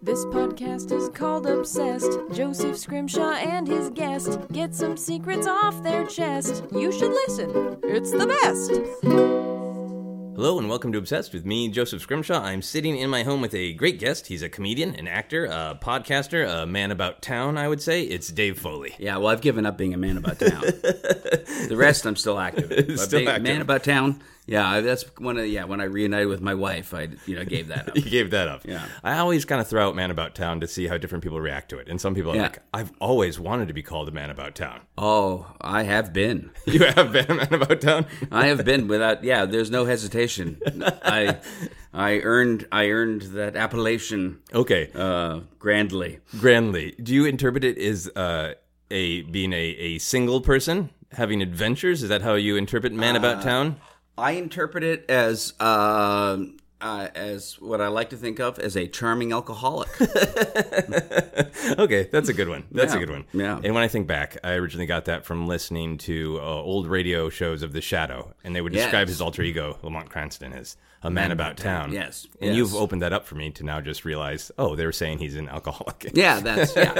This podcast is called Obsessed. Joseph Scrimshaw and his guest get some secrets off their chest. You should listen, it's the best. Hello and welcome to Obsessed with me, Joseph Scrimshaw. I'm sitting in my home with a great guest. He's a comedian, an actor, a podcaster, a man about town, I would say. It's Dave Foley. Yeah, well, I've given up being a man about town. the rest, I'm still active. in. But Still being a man active. about town. Yeah, I- that's one of the, yeah. When I reunited with my wife, I you know gave that up. He gave that up. Yeah. I always kind of throw out man about town to see how different people react to it. And some people are Yeah. like, I've always wanted to be called a man about town. Oh, I have been. You have been a man about town? I have been without. Yeah, there's no hesitation. I I earned I earned that appellation Okay. uh, grandly. Grandly, do you interpret it as uh, a being a, a single person having adventures? Is that how you interpret man Uh, about town? I interpret it as uh, uh, as what I like to think of as a charming alcoholic. okay, that's a good one. That's a Yeah, good one. yeah. And when I think back, I originally got that from listening to uh, old radio shows of The Shadow, and they would describe Yes. his alter ego, Lamont Cranston, as a man about town. Yes, And yes. you've opened that up for me to now just realize, oh, they were saying he's an alcoholic. yeah, that's yeah.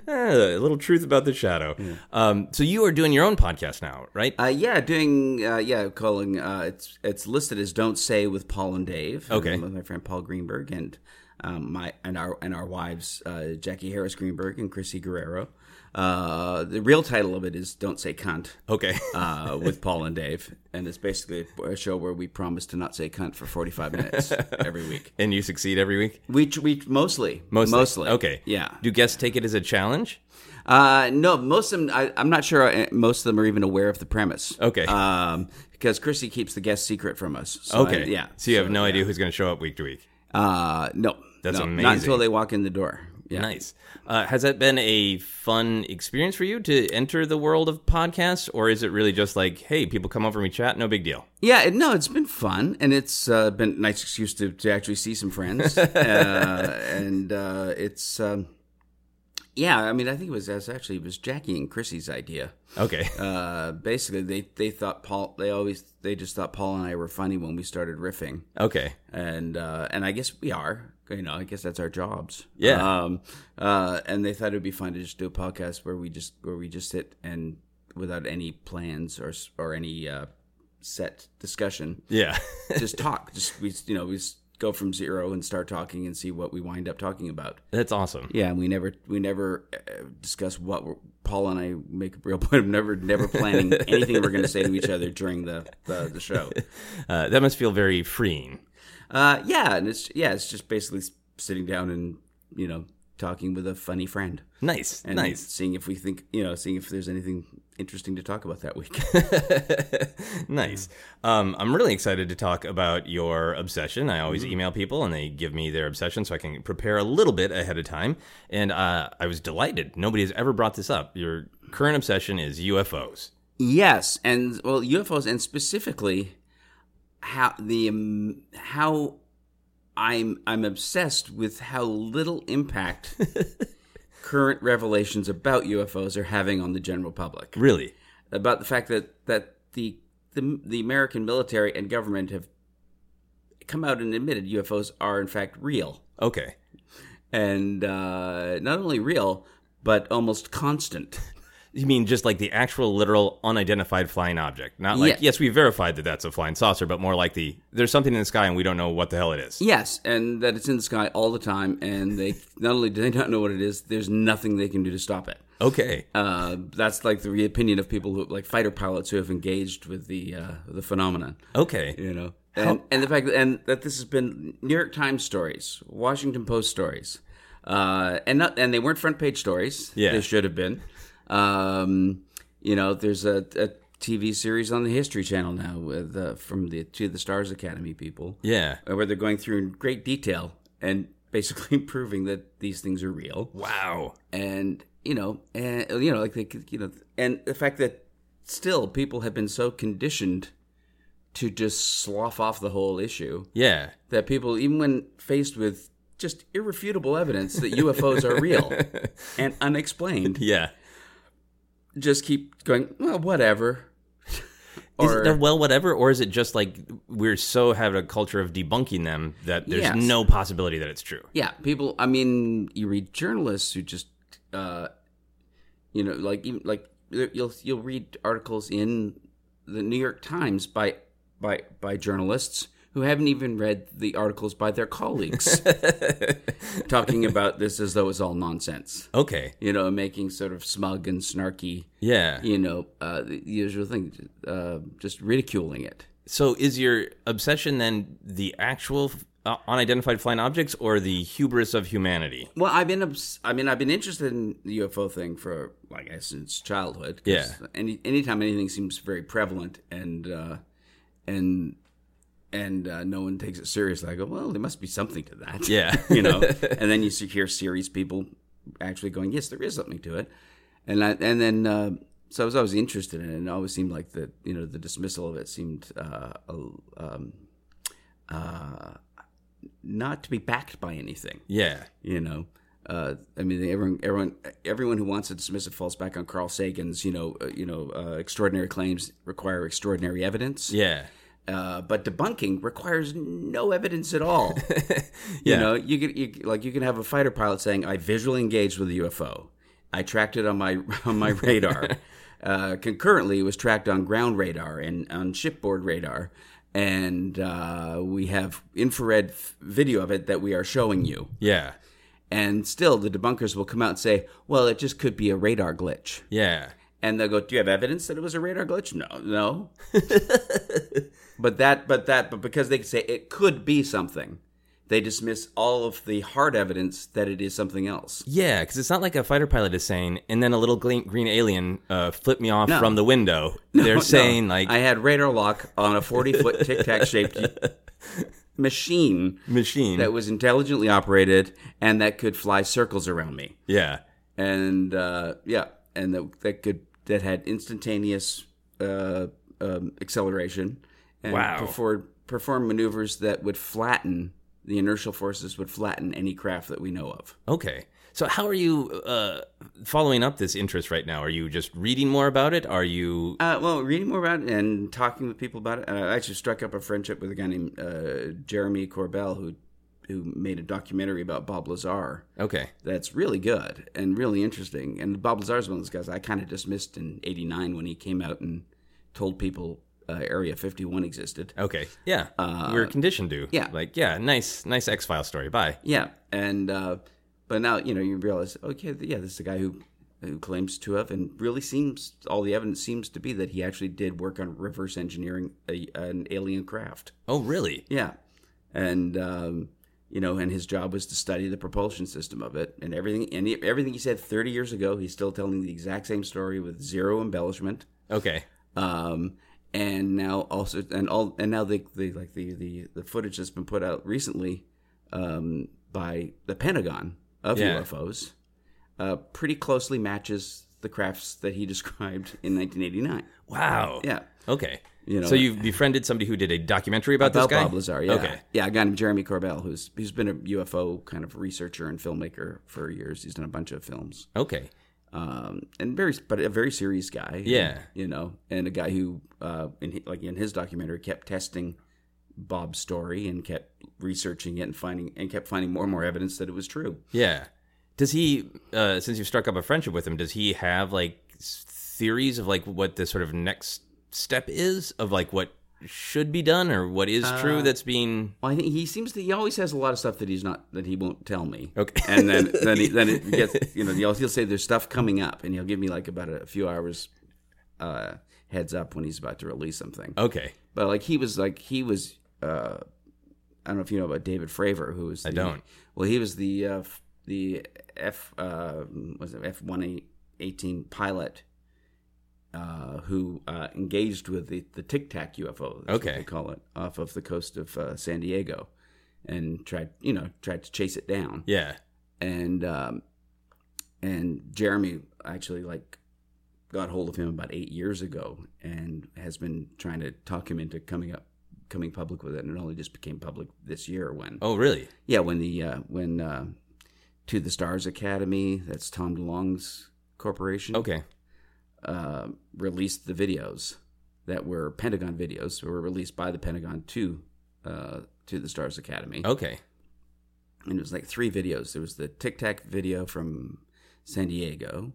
Eh, a little truth about The Shadow. Um, so you are doing your own podcast now, right? Uh, yeah, doing uh, yeah, calling. Uh, it's it's listed as "Don't Say" with Paul and Dave. Okay. with my friend Paul Greenberg and um, my and our and our wives uh, Jackie Harris Greenberg and Chrissy Guerrero. Uh, the real title of it is "Don't Say Cunt" okay. uh, with Paul and Dave, and it's basically a show where we promise to not say cunt for forty five minutes every week. and you succeed every week? We we mostly Mostly. mostly Okay. yeah. Do guests take it as a challenge? Uh, no, most of them, I, I'm not sure uh, most of them are even aware of the premise. Okay. Um, because Chrissy keeps the guest secret from us. So Okay. I- yeah. So you have no idea who's going to show up week to week? Uh, no. That's no, amazing. Not until they walk in the door. Yeah. Nice. Uh, has that been a fun experience for you to enter the world of podcasts, or is it really just like, hey, people come over and we chat, no big deal? Yeah, it- no, it's been fun, and it's uh, been a nice excuse to, to actually see some friends. uh, and uh, it's, um, yeah, I mean, I think it was, it was actually it was Jackie and Chrissy's idea. Okay. Uh, basically, they, they thought Paul, they always, they just thought Paul and I were funny when we started riffing. okay. and uh, and I guess we are. You know, I guess that's our jobs. Yeah. Um. Uh. And they thought it would be fun to just do a podcast where we just where we just sit and without any plans or s- or any uh, set discussion, Yeah. just talk. Just we you know we just go from zero and start talking and see what we wind up talking about. That's awesome. Yeah, and we never we never uh, discuss what we're, Paul and I make a real point of never never planning anything we're going to say to each other during the the, the show. Uh, that must feel very freeing. Uh, yeah, and it's yeah, it's just basically s- sitting down and you know talking with a funny friend Nice. and nice. seeing if we think you know seeing if there's anything interesting to talk about that week. nice. Um, I'm really excited to talk about your obsession. I Mm-hmm. always email people and they give me their obsession so I can prepare a little bit ahead of time. And uh, I was delighted. Nobody has ever brought this up. Your current obsession is UFOs. yes, and well, UFOs and specifically how the um, how I'm I'm obsessed with how little impact current revelations about UFOs are having on the general public. Really? about the fact that that the the, the American military and government have come out and admitted UFOs are in fact real, Okay. and uh, not only real but almost constant. You mean just like the actual literal unidentified flying object? Not like, Yeah. yes, we verified that that's a flying saucer, but more like the there's something in the sky and we don't know what the hell it is. Yes, and that it's in the sky all the time, and they not only do they not know what it is, there's nothing they can do to stop it. Okay. Uh, that's like the opinion of people who like fighter pilots who have engaged with the uh, the phenomenon. Okay. you know and, and the fact that, and that this has been new york times stories washington post stories uh, and not and they weren't front page stories Yeah. they should have been um, you know there's a, a tv series on the history channel now with uh, from the to the stars academy people Yeah. uh, where they're going through in great detail and basically proving that these things are real Wow. and you know, and you know, like they, could- you know, and the fact that still people have been so conditioned to just slough off the whole issue Yeah. that people, even when faced with just irrefutable evidence that UFOs are real and unexplained, Yeah. just keep going. Well, whatever. Is it a well whatever, or is it just like we're so have a culture of debunking them that there's Yes. no possibility that it's true? Yeah, people. I mean, you read journalists who just, uh, you know, like even like you'll you'll read articles in the New York Times by by by journalists who haven't even read the articles by their colleagues, talking about this as though it's all nonsense. Okay. You know, making sort of smug and snarky, Yeah. you know, uh, the usual thing, uh, just ridiculing it. So is your obsession then the actual uh, unidentified flying objects or the hubris of humanity? Well, I've been obs- I mean I've been interested in the UFO thing for like I guess since childhood. 'cause Yeah. Any anytime anything seems very prevalent and uh, and and uh, no one takes it seriously, I go, well, there must be something to that. Yeah. you know. and then you see- hear serious people actually going, yes, there is something to it. And I, and then uh, so I was always interested in it, and it always seemed like the you know the dismissal of it seemed uh, a- um, uh, not to be backed by anything Yeah. you know. Uh, I mean, everyone, everyone, everyone who wants to dismiss it falls back on Carl Sagan's, you know, uh, you know, uh, extraordinary claims require extraordinary evidence. Yeah. Uh, but debunking requires no evidence at all. Yeah. You know, you can, you, like, you can have a fighter pilot saying, "I visually engaged with a UFO. I tracked it on my on my radar. uh, concurrently, it was tracked on ground radar and on shipboard radar." And uh, we have infrared f- video of it that we are showing you Yeah. and still the debunkers will come out and say, "Well, it just could be a radar glitch." Yeah. And they'll go, "Do you have evidence that it was a radar glitch?" No, no. but that, but that, but because they can say it could be something, they dismiss all of the hard evidence that it is something else. Yeah, because it's not like a fighter pilot is saying, and then a little green, green alien uh, flipped me off No. from the window. No, They're no. saying like I had radar lock on a forty-foot tic tac shaped machine machine. that was intelligently operated and that could fly circles around me. yeah, and uh, yeah, and that that could that had instantaneous uh, um, acceleration and Wow. perform perform maneuvers that would flatten the inertial forces would flatten any craft that we know of. okay. So how are you uh, following up this interest right now? Are you just reading more about it? Are you Uh, well, reading more about it and talking with people about it, uh, I actually struck up a friendship with a guy named uh, Jeremy Corbell who who made a documentary about Bob Lazar. okay? that's really good and really interesting. And Bob Lazar is one of those guys I kind of dismissed in '89 when he came out and told people uh, Area 51 existed. Okay, yeah, we're conditioned to. uh, yeah. like yeah, nice, nice X file story. Bye. Yeah, and uh, but now you know you realize okay, th- yeah, this is a guy who who claims to have and really seems all the evidence seems to be that he actually did work on reverse engineering a, an alien craft. Oh, really? Yeah, and um, you know, and his job was to study the propulsion system of it, and everything, and he, everything he said thirty years ago, he's still telling the exact same story with zero embellishment. Okay, Um, and now also, and all, and now the, the like the, the the footage that's been put out recently um, by the Pentagon of Yeah. UFOs uh, pretty closely matches the crafts that he described in 1989. wow. Yeah. Okay. You know, so you've befriended somebody who did a documentary about, about this guy. Bob Lazar. Yeah, Okay. yeah, a guy named Jeremy Corbell, who's who's been a UFO kind of researcher and filmmaker for years. He's done a bunch of films, Okay. um, and very but a very serious guy. Yeah. you know, and a guy who, uh, in hi- like in his documentary, kept testing Bob's story and kept researching it and finding and kept finding more and more evidence that it was true. Yeah. Does he, uh, since you've struck up a friendship with him, does he have like s- theories of like what the sort of next step is of like what should be done or what is Uh, true that's being. Well, I think he seems to he always has a lot of stuff that he's not that he won't tell me. Okay. and then then, he, then it gets you know he'll, he'll say there's stuff coming up, and he'll give me like about a few hours uh, heads up when he's about to release something. Okay. But like he was like he was uh, I don't know if you know about David Fravor, who was the, I don't. Well, he was the uh, f- the F uh, was it F one eighteen pilot. Uh, who uh, engaged with the, the Tic Tac UFO? That's Okay. what they call it off of the coast of uh, San Diego, and tried you know tried to chase it down Yeah. and um, and Jeremy actually like got hold of him about eight years ago and has been trying to talk him into coming up coming public with it and it only just became public this year when Oh, really? yeah when the uh, when uh, to the stars academy that's tom delong's corporation Okay. uh, released the videos that were Pentagon videos were released by the Pentagon to uh, to the Stars Academy. Okay. And it was like three videos. There was the Tic Tac video from San Diego,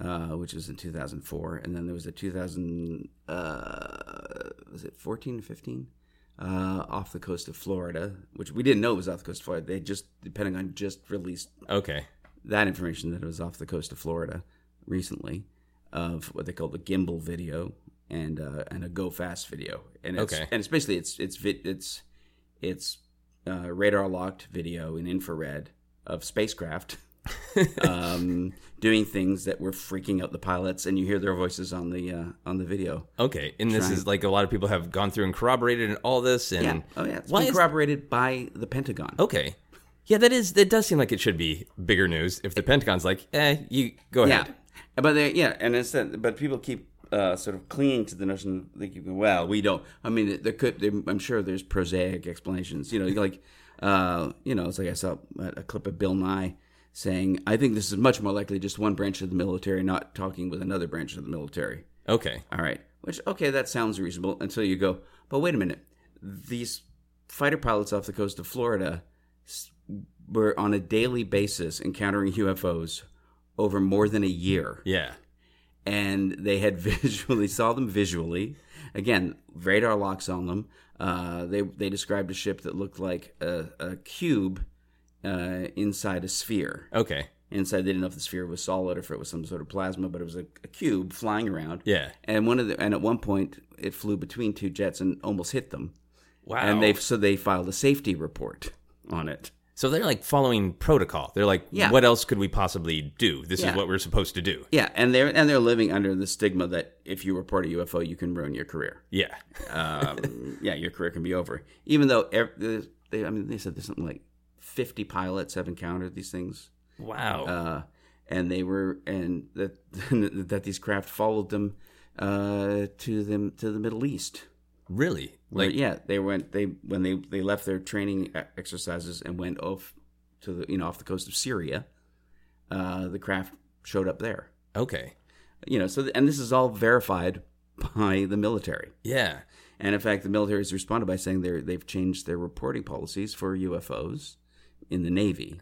uh, which was in 2004, and then there was a 2000 uh, was it 14, 15 uh, off the coast of Florida, which we didn't know was off the coast of Florida. They just the Pentagon just released Okay. that information that it was off the coast of Florida recently of what they call the gimbal video and uh, and a go fast video and it's, Okay. and it's basically it's it's vi- it's it's uh, radar locked video in infrared of spacecraft um, doing things that were freaking out the pilots and you hear their voices on the uh, on the video Okay. And this is like a lot of people have gone through and corroborated and all this and yeah oh yeah it's Why been is- corroborated by the Pentagon Okay. Yeah, that is that does seem like it should be bigger news if the Pentagon's like, "Eh, you go Yeah, ahead." but they yeah, and it's that, but people keep uh, sort of clinging to the notion. They keep going, well, we don't. I mean, there could. There, I'm sure there's prosaic explanations. You know, like uh, you know, it's like I saw a, a clip of Bill Nye saying, "I think this is much more likely just one branch of the military not talking with another branch of the military." Okay. All right, which okay, that sounds reasonable until you go. But wait a minute, these fighter pilots off the coast of Florida s- were on a daily basis encountering UFOs over more than a year Yeah. and they had visually saw them visually. Again, radar locks on them. Uh, they they described a ship that looked like a, a cube uh, inside a sphere. Okay. Inside, they didn't know if the sphere was solid or if it was some sort of plasma, but it was a, a cube flying around. Yeah. And one of the and at one point, it flew between two jets and almost hit them. Wow. And they so they filed a safety report on it. So they're like following protocol. They're like, Yeah. what else could we possibly do? This Yeah. is what we're supposed to do. Yeah, and they're and they're living under the stigma that if you report a UFO, you can ruin your career. Yeah. um, yeah, your career can be over. Even though ev- the- they, I mean, they said there's something like 50 pilots have encountered these things, Wow. uh, and they were and that that these craft followed them uh, to them to the Middle East. really? Where, Like, yeah, they went they when they they left their training e- exercises and went off to the you know off the coast of Syria. Uh, the craft showed up there, okay. you know. So th- and this is all verified by the military. Yeah. And in fact, the military has responded by saying they're, they've changed their reporting policies for UFOs in the Navy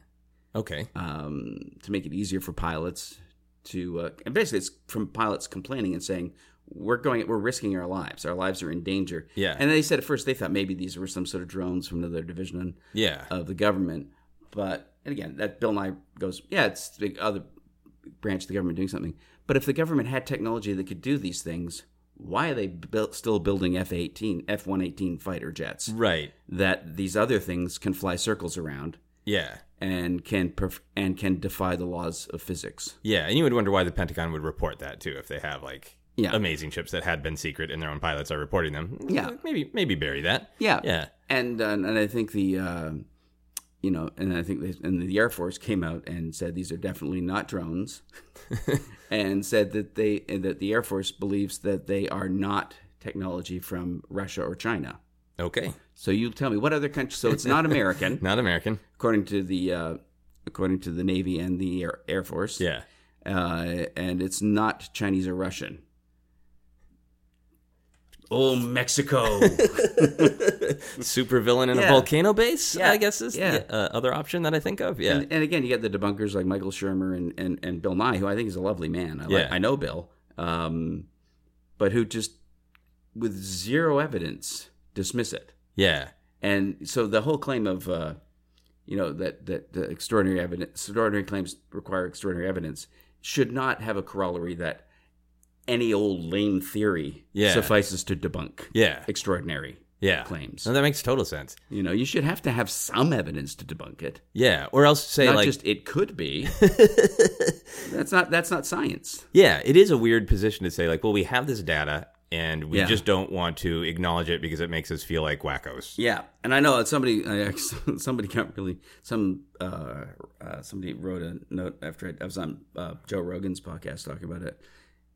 Okay. um, to make it easier for pilots to. Uh, and basically, it's from pilots complaining and saying, we're going, we're risking our lives. Our lives are in danger. Yeah. And they said at first they thought maybe these were some sort of drones from another division Yeah. of the government. But, and again, that Bill Nye goes, yeah, it's the other branch of the government doing something. But if the government had technology that could do these things, why are they built, still building F 18, F 118 fighter jets right. that these other things can fly circles around Yeah. and can perf- and can defy the laws of physics? Yeah. And you would wonder why the Pentagon would report that too if they have like Yeah. amazing ships that had been secret and their own pilots are reporting them. Mm, Yeah. Maybe, maybe bury that. Yeah. Yeah. And, uh, and I think the. Uh, you know, and I think they, and the Air Force came out and said these are definitely not drones. and said that they and that the Air Force believes that they are not technology from Russia or China. Okay. So you tell me what other country? So it's not American, Not American. according to the uh, according to the Navy and the Air, Air Force. Yeah. uh, and it's not Chinese or Russian. Oh, Mexico! Super villain in a Yeah. volcano base, Yeah. I guess is Yeah. the uh, other option that I think of. Yeah. and, and again, you get the debunkers like Michael Shermer and, and, and Bill Nye, who I think is a lovely man. I, like, Yeah. I know Bill, um, but who just with zero evidence dismiss it. yeah. And so the whole claim of, uh, you know, that that the extraordinary evidence, extraordinary claims require extraordinary evidence, should not have a corollary that any old lame theory Yeah. suffices to debunk Yeah. extraordinary Yeah. claims. No, that makes total sense. You know, you should have to have some evidence to debunk it, Yeah. Or else say not like just it could be. that's not that's not science. Yeah, it is a weird position to say, like, well, we have this data and we Yeah. just don't want to acknowledge it because it makes us feel like wackos. Yeah, and I know that somebody I- somebody got really some uh, uh, somebody wrote a note after I, I was on uh, Joe Rogan's podcast talking about it,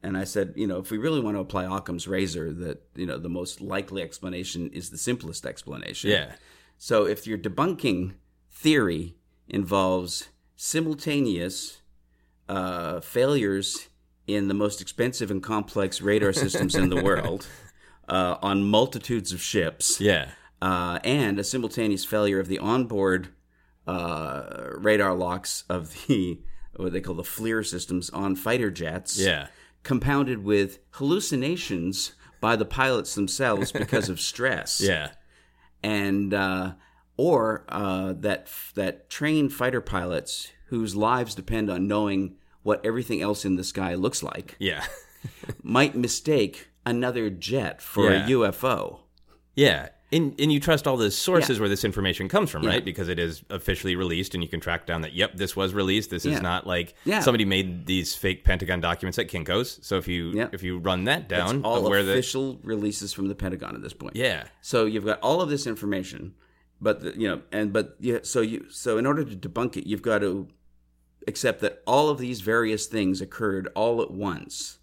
and I said, you know, if we really want to apply Occam's razor, that you know the most likely explanation is the simplest explanation. Yeah. So if your debunking theory involves simultaneous uh, failures in the most expensive and complex radar systems in the world, uh, on multitudes of ships, Yeah. uh, and a simultaneous failure of the onboard uh, radar locks of the what they call the FLIR systems on fighter jets Yeah. compounded with hallucinations by the pilots themselves because of stress. Yeah. And uh, or uh, that that trained fighter pilots whose lives depend on knowing what everything else in the sky looks like Yeah. might mistake another jet for Yeah. a UFO. Yeah. And, and you trust all the sources where this information comes from, Yeah. right? Because it is officially released and you can track down that, yep, this was released. This Yeah. is not like Yeah. somebody made these fake Pentagon documents at Kinko's. So if you Yeah. if you run that down, It's all of where official releases from the Pentagon at this point. the Yeah. So you've got all of this information, but the, you know, and but yeah, so you so in order to debunk it, you've got to accept that all of these various things occurred all at once.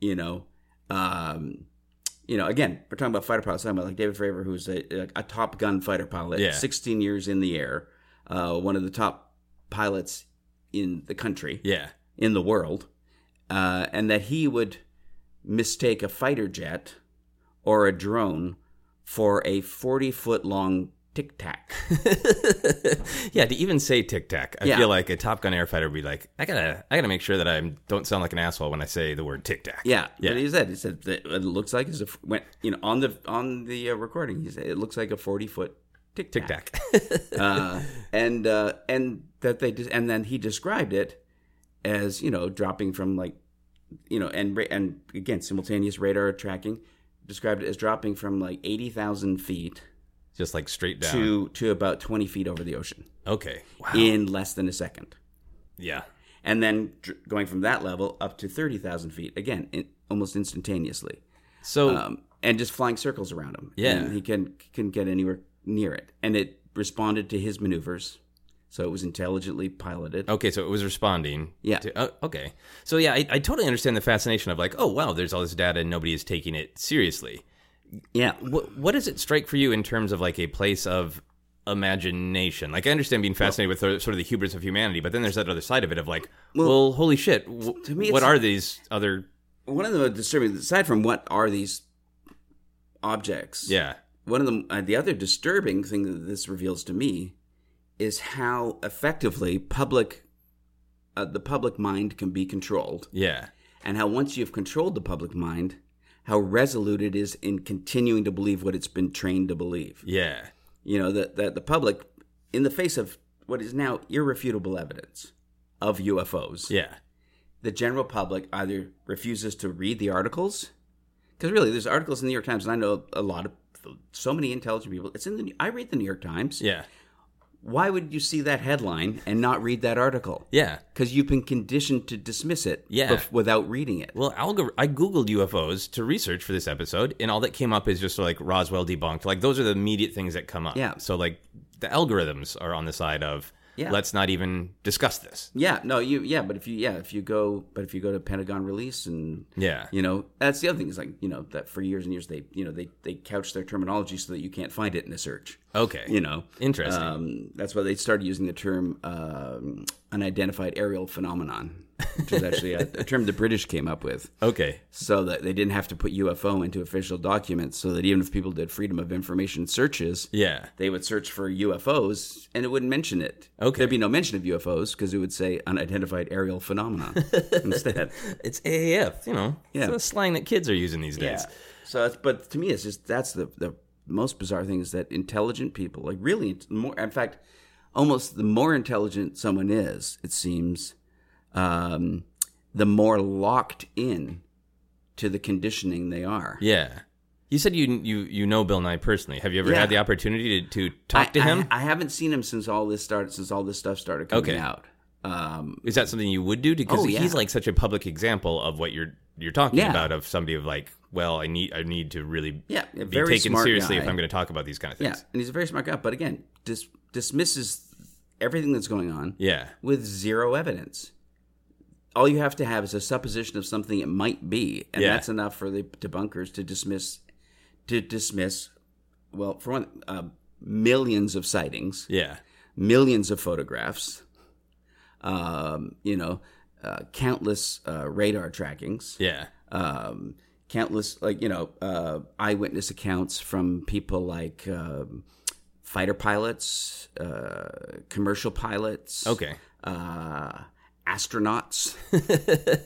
You know, um, you know, again, we're talking about fighter pilots. Talking about like David Fravor, who's a, a, a top gun fighter pilot, Yeah. 16 years in the air, uh, one of the top pilots in the country, Yeah. in the world, uh, and that he would mistake a fighter jet or a drone for a 40 foot long tic tac. yeah, to even say tic tac, I Yeah. feel like a Top Gun airfighter would be like, I gotta, I gotta make sure that I don't sound like an asshole when I say the word tic tac. Yeah, Yeah. But he said, he said that it looks like it's a f- went you know on the on the uh, recording. He said it looks like a 40 foot tic tic tac. tac. uh, and uh, and that they just, and then he described it as you know dropping from like you know and ra- and again simultaneous radar tracking described it as dropping from like 80,000 feet Just like straight down. to to about 20 feet over the ocean okay. Wow. in less than a second yeah. and then dr- going from that level up to 30,000 feet again in, almost instantaneously So um, and just flying circles around him Yeah. And he can couldn't get anywhere near it and it responded to his maneuvers so it was intelligently piloted Okay, so it was responding. Yeah. to- oh, okay. So yeah, I, I totally understand the fascination of like, oh wow, there's all this data and nobody is taking it seriously. yeah What what does it strike for you in terms of like a place of imagination? Like I understand being fascinated with the, sort of the hubris of humanity, but then there's that other side of it of like, well, holy shit, w- to me what it's- are these other? one of the most disturbing aside from what are these objects Yeah, one of the uh, the other disturbing thing that this reveals to me is how effectively public uh, the public mind can be controlled yeah, and how once you've controlled the public mind how resolute it is in continuing to believe what it's been trained to believe yeah, you know that that the public in the face of what is now irrefutable evidence of UFOs yeah, the general public either refuses to read the articles because really there's articles in the New York Times and I know a lot of so many intelligent people it's in the I read the New York Times yeah, why would you see that headline and not read that article yeah. because you've been conditioned to dismiss it Yeah. without reading it Well, algor- I googled UFOs to research for this episode, and all that came up is just like Roswell debunked. Like those are the immediate things that come up. Yeah. So like the algorithms are on the side of Yeah. let's not even discuss this. yeah no you yeah but if you yeah if you go but if you go to Pentagon release and Yeah. You know, that's the other thing is like, you know, that for years and years they, you know, they, they couch their terminology so that you can't find it in a search. Okay. You know, Oh, Interesting. Um, that's why they started using the term um, unidentified aerial phenomenon, which is actually a, a term the British came up with, Okay. so that they didn't have to put UFO into official documents, so that even if people did Freedom of Information searches, Yeah. they would search for UFOs and it wouldn't mention it. Okay. There'd be no mention of UFOs because it would say unidentified aerial phenomenon instead. It's AAF, you know. Yeah. It's the slang that kids are using these days. Yeah. So, it's, but to me, it's just that's the the most bizarre thing is that intelligent people, like really int- more, in fact, almost the more intelligent someone is, it seems, um, the more locked in to the conditioning they are. Yeah. You said you you you know Bill Nye personally. Have you ever Yeah. had the opportunity to, to talk I- to I- him? I, haven't seen him since all this started. Since all this stuff started coming Okay. out. Um, Is that something you would do? Because Oh, yeah. he's like such a public example of what you're you're talking Yeah. about of somebody of like, well, I need I need to really Yeah, a be very taken smart seriously if guy. I'm going to talk about these kind of yeah, things. and he's a very smart guy, but again, dis- dismisses everything that's going on. Yeah. with zero evidence. All you have to have is a supposition of something it might be, and Yeah. that's enough for the debunkers to dismiss to dismiss. Well, for one, uh, millions of sightings, Yeah. millions of photographs, um, you know, uh, countless uh, radar trackings, Yeah. um, countless like you know uh, eyewitness accounts from people like um, fighter pilots, uh, commercial pilots, Okay. uh, astronauts,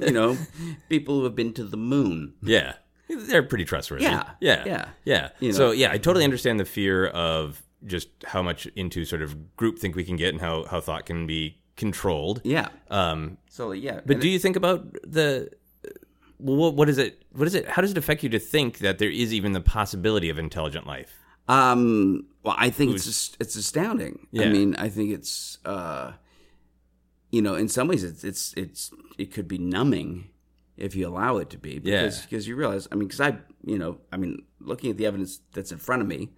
you know, people who have been to the moon. Yeah. They're pretty trustworthy. Yeah. Yeah. Yeah. Yeah. You know. So, yeah, I totally understand the fear of just how much into sort of groupthink we can get and how, how thought can be controlled. Yeah. Um, So yeah, but and do you think about the. What, what is it? What is it? How does it affect you to think that there is even the possibility of intelligent life? Um, well, I think it's just, it's astounding. I Yeah. mean, I think it's uh, you know, in some ways, it's it's it's it could be numbing if you allow it to be. Yeah. Because because you realize, I mean, because I you know, I mean, looking at the evidence that's in front of me,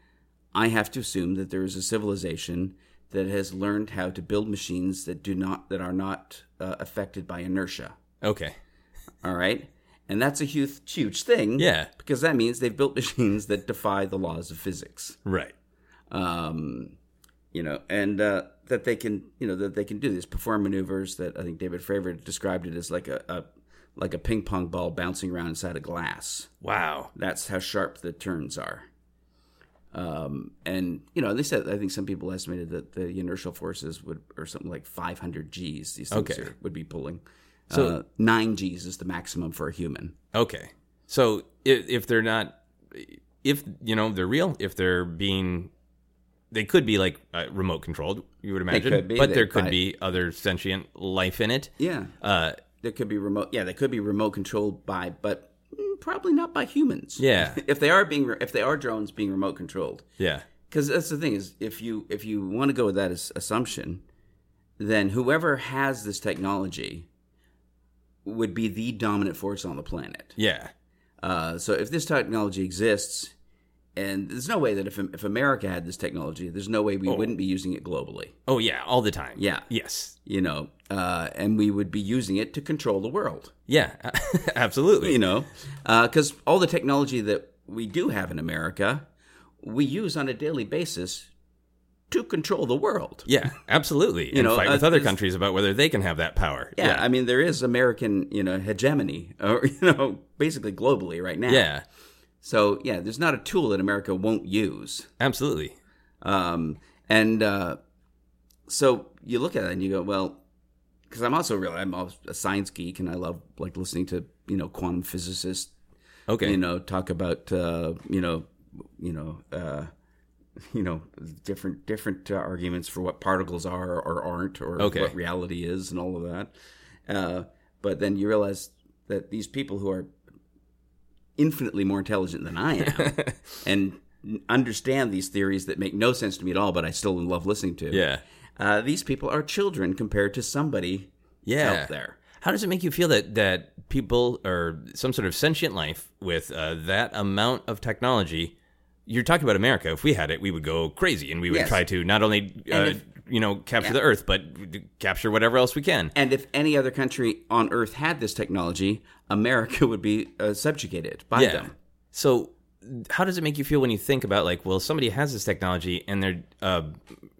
I have to assume that there is a civilization that has learned how to build machines that do not that are not uh, affected by inertia. Okay. All right. And that's a huge, huge thing. Yeah. Because that means they've built machines that defy the laws of physics Right. um, you know, and uh, that they can, you know, that they can do this, perform maneuvers that I think David Fravor described it as like a, a like a ping pong ball bouncing around inside a glass. Wow. That's how sharp the turns are. Um, and you know, they said I think some people estimated that the inertial forces would or something like 500 G's. These things Okay. are, would be pulling. So- uh, nine G's is the maximum for a human. Okay. So if, if they're not, if you know they're real, if they're being, they could be like uh, remote controlled. You would imagine, could be, but they- there could I- be other sentient life in it. Yeah, Uh, there could be remote. Yeah, they could be remote controlled by, but mm, probably not by humans. yeah, if they are being if they are drones being remote controlled yeah, because that's the thing is if you if you want to go with that as assumption then whoever has this technology would be the dominant force on the planet yeah, uh, so if this technology exists and there's no way that if, if america had this technology there's no way we wouldn't be using it globally oh yeah, all the time. Yeah. yes, you know uh, and we would be using it to control the world yeah, absolutely. you know because all the technology that we do have in america we use on a daily basis to control the world Yeah, absolutely. and know, fight uh, with other this- countries about whether they can have that power. yeah, i mean there is american you know hegemony or you know basically globally right now yeah, so yeah there's not a tool that america won't use absolutely. um, and uh, so you look at it and you go well because i'm also really i'm also a science geek and i love like listening to you know quantum physicists Okay. you know talk about uh, you know you know uh, you know different different uh, arguments for what particles are or aren't or Okay. what reality is and all of that uh, but then you realize that these people who are infinitely more intelligent than i am and understand these theories that make no sense to me at all but i still love listening to yeah, uh, these people are children compared to somebody yeah. out there How does it make you feel that that people or some sort of sentient life with uh, that amount of technology? You're talking about America. If we had it, we would go crazy, and we would Yes. try to not only uh, if- you know capture the Earth, but capture whatever else we can. And if any other country on Earth had this technology, America would be uh, subjugated by them. So, how does it make you feel when you think about like, well, somebody has this technology and they're uh,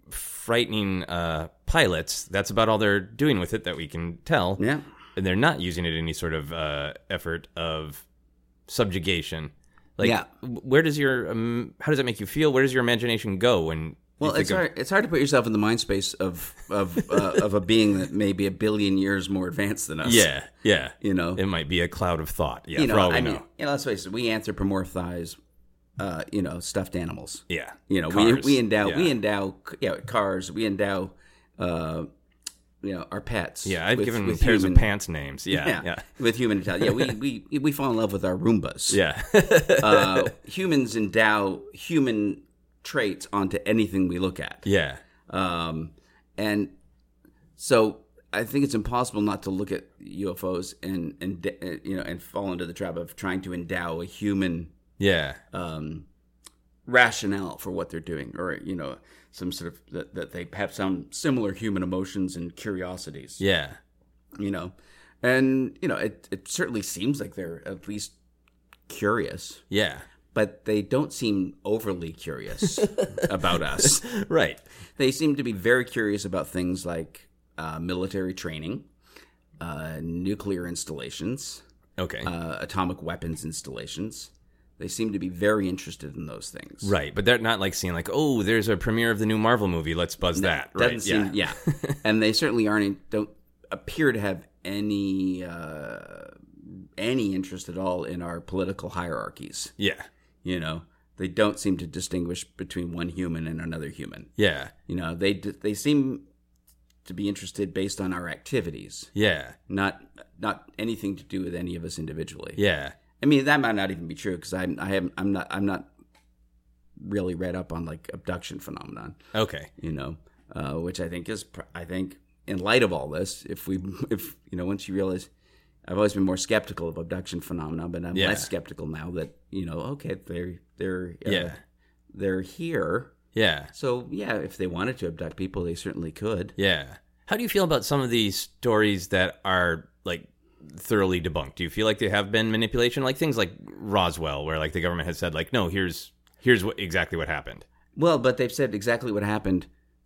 frightening uh, pilots? That's about all they're doing with it that we can tell. Yeah. and they're not using it in any sort of uh, effort of subjugation. Like, Yeah. w- where does your um, how does that make you feel? Where does your imagination go when? Well, you think it's of- hard, it's hard to put yourself in the mind space of of uh, of a being that may be a billion years more advanced than us. yeah, yeah. you know, It might be a cloud of thought. Yeah, you know. for all we I know. mean, you know, let's face it, we anthropomorphize, uh, you know, stuffed animals. yeah, You know, we, Cars. we endow Yeah. we endow c- yeah cars. We endow, uh, you know, our pets. Yeah, I've with- given with pairs human- of pants names. Yeah, Yeah, yeah, with human intelligence. Yeah, we, we we fall in love with our Roombas. yeah, uh, humans endow human traits onto anything we look at. yeah, Um, and so I think it's impossible not to look at UFOs and and de- uh, you know and fall into the trap of trying to endow a human yeah, um, rationale for what they're doing, or you know, some sort of that, that they have some similar human emotions and curiosities yeah, you know and you know it, it certainly seems like they're at least curious yeah. but they don't seem overly curious about us Right. they seem to be very curious about things like uh, military training uh, nuclear installations Okay. uh, atomic weapons installations. They seem to be very interested in those things. right, but they're not like seeing like, oh, there's a premiere of the new Marvel movie. Let's buzz that. Right. Doesn't seem, yeah. and they certainly aren't in- don't appear to have any uh, any interest at all in our political hierarchies. Yeah. You know, they don't seem to distinguish between one human and another human. Yeah. You know, they d- they seem to be interested based on our activities, Yeah. not not anything to do with any of us individually. Yeah. I mean, that might not even be true because I'm I haven't I'm not I'm not really read up on like abduction phenomenon, Okay. you know, uh, which I think is pr- I think in light of all this, if we if you know once you realize. I've always been more skeptical of abduction phenomena, but I'm Yeah. less skeptical now that you know. Okay, they're they're uh, Yeah. they're here. Yeah. So yeah, if they wanted to abduct people, they certainly could. Yeah. How do you feel about some of these stories that are like thoroughly debunked? Do you feel like they have been manipulation, like things like Roswell, where like the government has said like, no, here's here's what, exactly what happened. Well, but they've said exactly what happened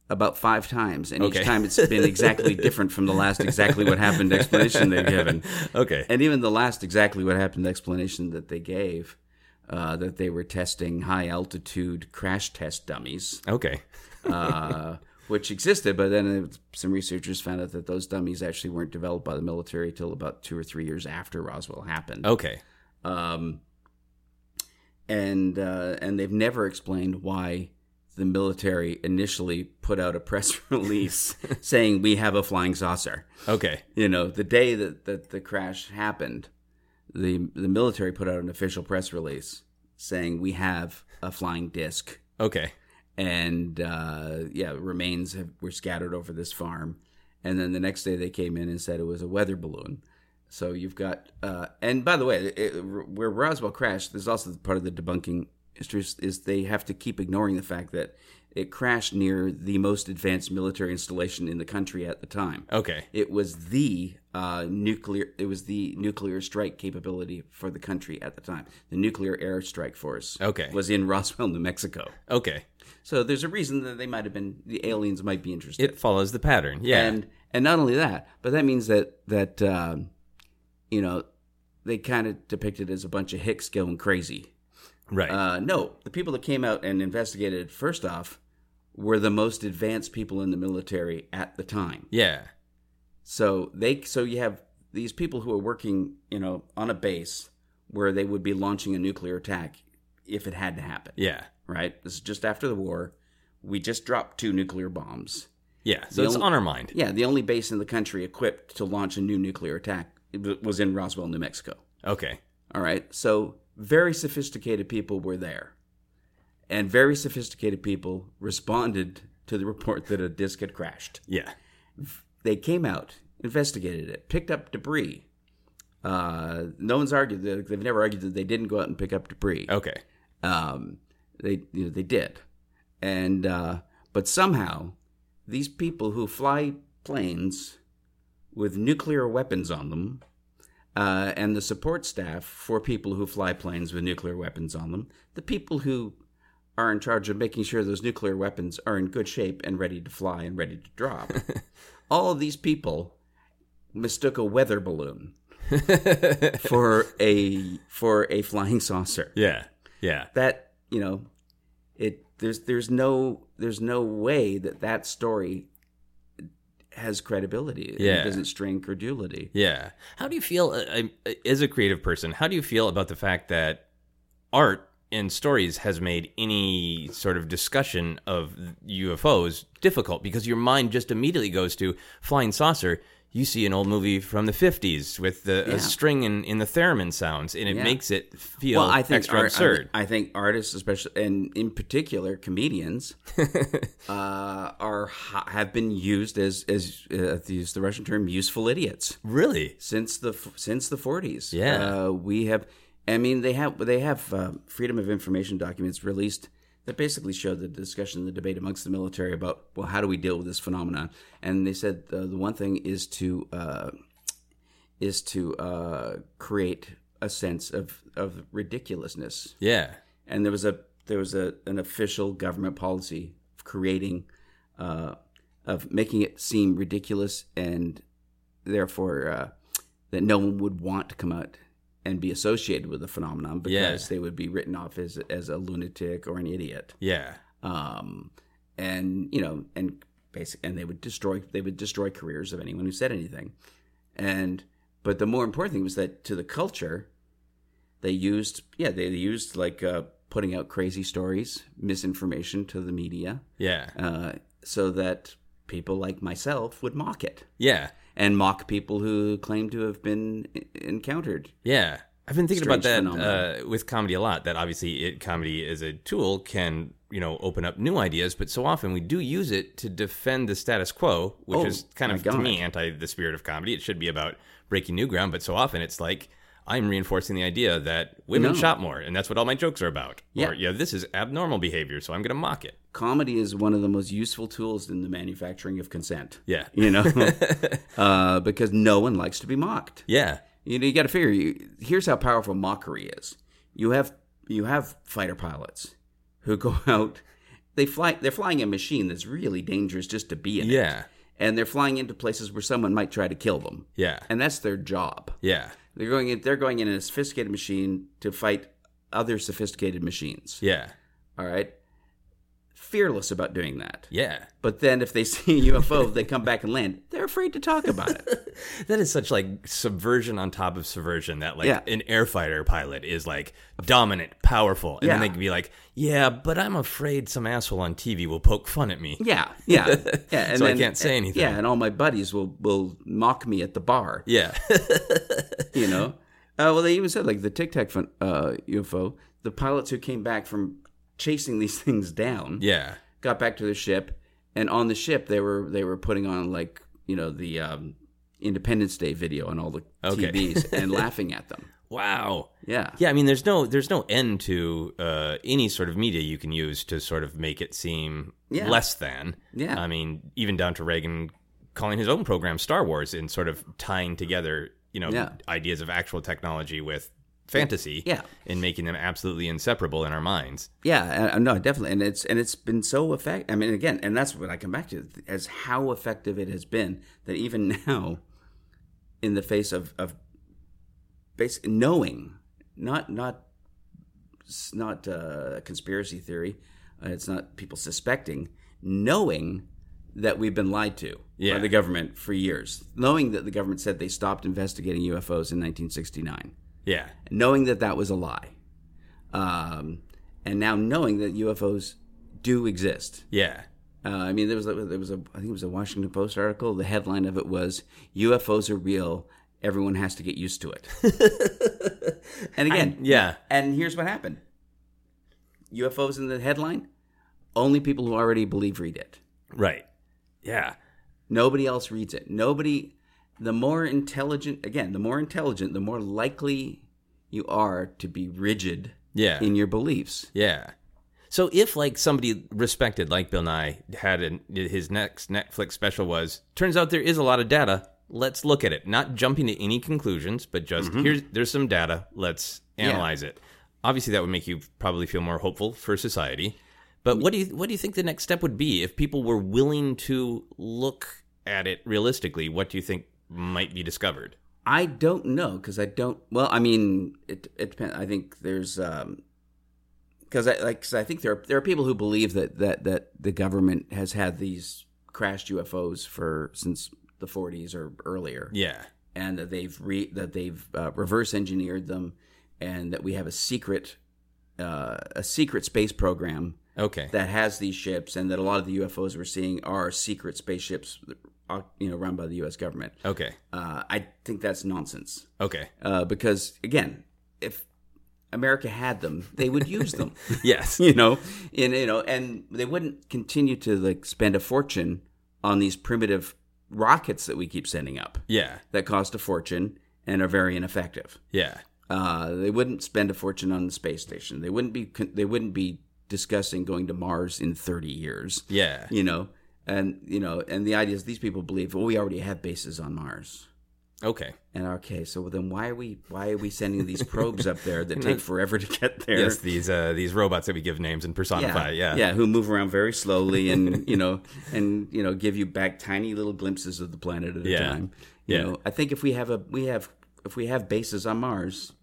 about five times, and Okay. each time it's been exactly different from the last exactly what happened explanation they've given. Okay. And even the last exactly what happened explanation that they gave, uh, that they were testing high altitude crash test dummies, Okay. uh, which existed, but then it- some researchers found out that those dummies actually weren't developed by the military till about two or three years after Roswell happened. Okay. um, and uh, and they've never explained why the military initially put out a press release saying we have a flying saucer. Okay. You know, the day that, that the crash happened, the the military put out an official press release saying we have a flying disc, Okay. and uh, yeah, remains have, were scattered over this farm. And then the next day they came in and said it was a weather balloon. So you've got, uh, and by the way, it, where Roswell crashed, there's also part of the debunking is, is they have to keep ignoring the fact that it crashed near the most advanced military installation in the country at the time. Okay. It was the uh, nuclear. It was the nuclear strike capability for the country at the time. The nuclear air strike force Okay. was in Roswell, New Mexico. Okay. So there's a reason that they might have been the aliens might be interested. It follows the pattern. Yeah. And and not only that, but that means that that um, you know they kind of depicted it as a bunch of hicks going crazy. right. Uh, no, the people that came out and investigated first off were the most advanced people in the military at the time. yeah. So they so you have these people who are working, you know, on a base where they would be launching a nuclear attack if it had to happen Yeah. right? This is just after the war. We just dropped two nuclear bombs. Yeah. So The it's only- on our mind. Yeah, the only base in the country equipped to launch a new nuclear attack was in Roswell, New Mexico. Okay. All right. So very sophisticated people were there. And very sophisticated people responded to the report that a disc had crashed. Yeah. They came out, investigated it, picked up debris. Uh, no one's argued. that- They've never argued that they didn't go out and pick up debris Okay. um, they you know they did, and uh, but somehow these people who fly planes with nuclear weapons on them, uh, and the support staff for people who fly planes with nuclear weapons on them, the people who are in charge of making sure those nuclear weapons are in good shape and ready to fly and ready to drop. All of these people mistook a weather balloon for a for a flying saucer Yeah. Yeah. that you know it there's there's no there's no way that that story has credibility Yeah. it doesn't string credulity Yeah. How do you feel, uh, I- as a creative person, how do you feel about the fact that art and stories has made any sort of discussion of UFOs difficult because your mind just immediately goes to flying saucer. You see an old movie from the 50s with the Yeah. a string in, in the theremin sounds, and it Yeah. makes it feel extra art- I thi- absurd. I, think artists, especially and in particular comedians, uh, are ha- have been used as as uh, to use the Russian term "useful idiots" really? since the f- since the forties. Yeah. uh, we have. I mean, they have they have uh, freedom of information documents released that basically show the discussion, the debate amongst the military about well, how do we deal with this phenomenon? And they said uh, the one thing is to uh, is to uh, create a sense of of ridiculousness. Yeah. And there was a there was a an official government policy of creating uh, of making it seem ridiculous and therefore uh, that no one would want to come out and be associated with the phenomenon because Yeah. they would be written off as as a lunatic or an idiot. Yeah. Um, and you know, and basic, and they would destroy they would destroy careers of anyone who said anything. And but the more important thing was that to the culture, they used yeah they used like uh, putting out crazy stories, misinformation to the media, Yeah. uh, so that people like myself would mock it Yeah. and mock people who claim to have been e- encountered. Yeah. I've been thinking about that Strange phenomenon. uh, with comedy a lot. That obviously, it comedy as a tool can you know open up new ideas, but so often we do use it to defend the status quo, which Oh, is kind my of to me God. anti the spirit of comedy. It should be about breaking new ground, but so often it's like I'm reinforcing the idea that women No. shop more, and that's what all my jokes are about. Yeah. Or yeah, this is abnormal behavior, so I'm going to mock it. Comedy is one of the most useful tools in the manufacturing of consent. Yeah. you know, uh, because no one likes to be mocked. Yeah. You know, you got to figure. You, here's how powerful mockery is. You have you have fighter pilots who go out. They fly. They're flying a machine that's really dangerous just to be in. it. Yeah. and they're flying into places where someone might try to kill them, Yeah. and that's their job. Yeah. They're going in. They're going in a sophisticated machine to fight other sophisticated machines. Yeah. All right. Fearless about doing that. Yeah. But then if they see a UFO, they come back and land. They're afraid to talk about it. That is such like subversion on top of subversion that like Yeah. an air fighter pilot is like dominant, powerful, and then Yeah. they can be like, Yeah, but I'm afraid some asshole on TV will poke fun at me. Yeah, yeah, yeah. And So I can't say anything. Yeah, and all my buddies will will mock me at the bar. Yeah. You know. Uh, well, they even said like the Tic Tac fun- uh, UFO. The pilots who came back from chasing these things down yeah. got back to their ship, and on the ship they were they were putting on like you know the um, Independence Day video on all the Okay. TVs and laughing at them. Wow. Yeah, Yeah, I mean there's no there's no end to uh, any sort of media you can use to sort of make it seem Yeah. less than. Yeah. I mean, even down to Reagan calling his own program Star Wars and sort of tying together, you know, Yeah. ideas of actual technology with fantasy Yeah. and making them absolutely inseparable in our minds. Yeah, uh, no, definitely, and it's and it's been so effective. I mean, again, and that's what I come back to as how effective it has been that even now, in the face of of basic knowing, not not it's not uh, conspiracy theory, uh, it's not people suspecting, knowing that we've been lied to Yeah. by the government for years, knowing that the government said they stopped investigating UFOs in 1969 Yeah. knowing that that was a lie, um, and now knowing that UFOs do exist. Yeah. Uh, I mean, there was a, there was a I think it was a Washington Post article. The headline of it was UFOs are real. Everyone has to get used to it. and again, Yeah. and here's what happened: UFOs in the headline. Only people who already believe read it. Right. Yeah. Nobody else reads it. Nobody. The more intelligent, again, the more intelligent, the more likely you are to be rigid Yeah. in your beliefs. yeah. So if like somebody respected like Bill Nye had an, his next Netflix special was turns out there is a lot of data. Let's look at it. Not jumping to any conclusions, but just here's there's some data. Let's analyze it. Obviously that would make you probably feel more hopeful for society. But what do you what do you think the next step would be if people were willing to look at it realistically? What do you think might be discovered? I don't know because I don't. Well, I mean, it it depends. I think there's um because I like 'cause I think there are, there are people who believe that that that the government has had these crashed UFOs for since the 40s or earlier, Yeah. and that they've re that they've uh, reverse engineered them, and that we have a secret uh, a secret space program Okay. that has these ships, and that a lot of the UFOs we're seeing are secret spaceships, uh, you know, run by the U.S. government. okay. Uh, I think that's nonsense Okay. uh, because again, if America had them, they would use them. Yes. you know, and you know, and they wouldn't continue to like spend a fortune on these primitive rockets that we keep sending up yeah. that cost a fortune and are very ineffective. Yeah. Uh, they wouldn't spend a fortune on the space station. They wouldn't be. con- They wouldn't be discussing going to Mars in thirty years. Yeah. You know, and you know, and the idea is these people believe, well, we already have bases on Mars. Okay. And okay, so then why are we why are we sending these probes up there that take forever to get there? Yes, these uh, these robots that we give names and personify. Yeah. yeah, who move around very slowly and you know and you know give you back tiny little glimpses of the planet at a Yeah. time. You Yeah. know, I think if we have a we have if we have bases on Mars,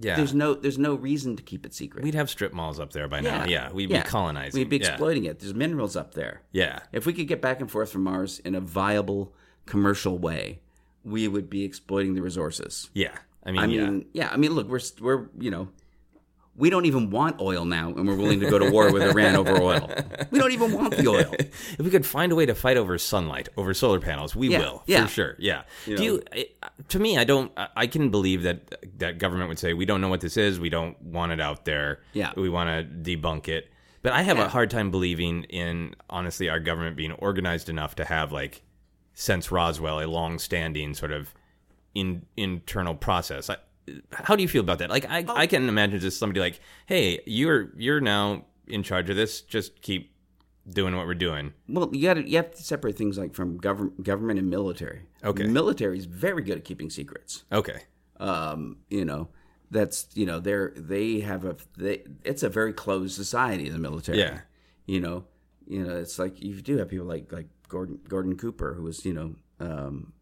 Yeah. There's no there's no reason to keep it secret. We'd have strip malls up there by now. Yeah, we'd be colonizing. We'd be Yeah. exploiting it. There's minerals up there. Yeah. If we could get back and forth from Mars in a viable commercial way, we would be exploiting the resources. Yeah. I mean, I yeah. mean, yeah. I mean, look, we're we're you know, we don't even want oil now, and we're willing to go to war with Iran over oil. We don't even want the oil. if we could find a way to fight over sunlight over solar panels we Yeah, will yeah. for sure yeah do you I- to me i don't I- i can believe that that government would say we don't know what this is we don't want it out there Yeah. we want to debunk it but i have a Yeah. hard time believing in honestly our government being organized enough to have like since roswell a long-standing sort of in internal process I, how do you feel about that like I, I can imagine just somebody like hey you're you're now in charge of this just keep doing what we're doing Well, you got to you have to separate things like from government government and military. Okay. military is very good at keeping secrets. Okay. um, you know that's you know they're they have a they, it's a very closed society the military Yeah. you know you know it's like you do have people like like gordon gordon cooper who was you know um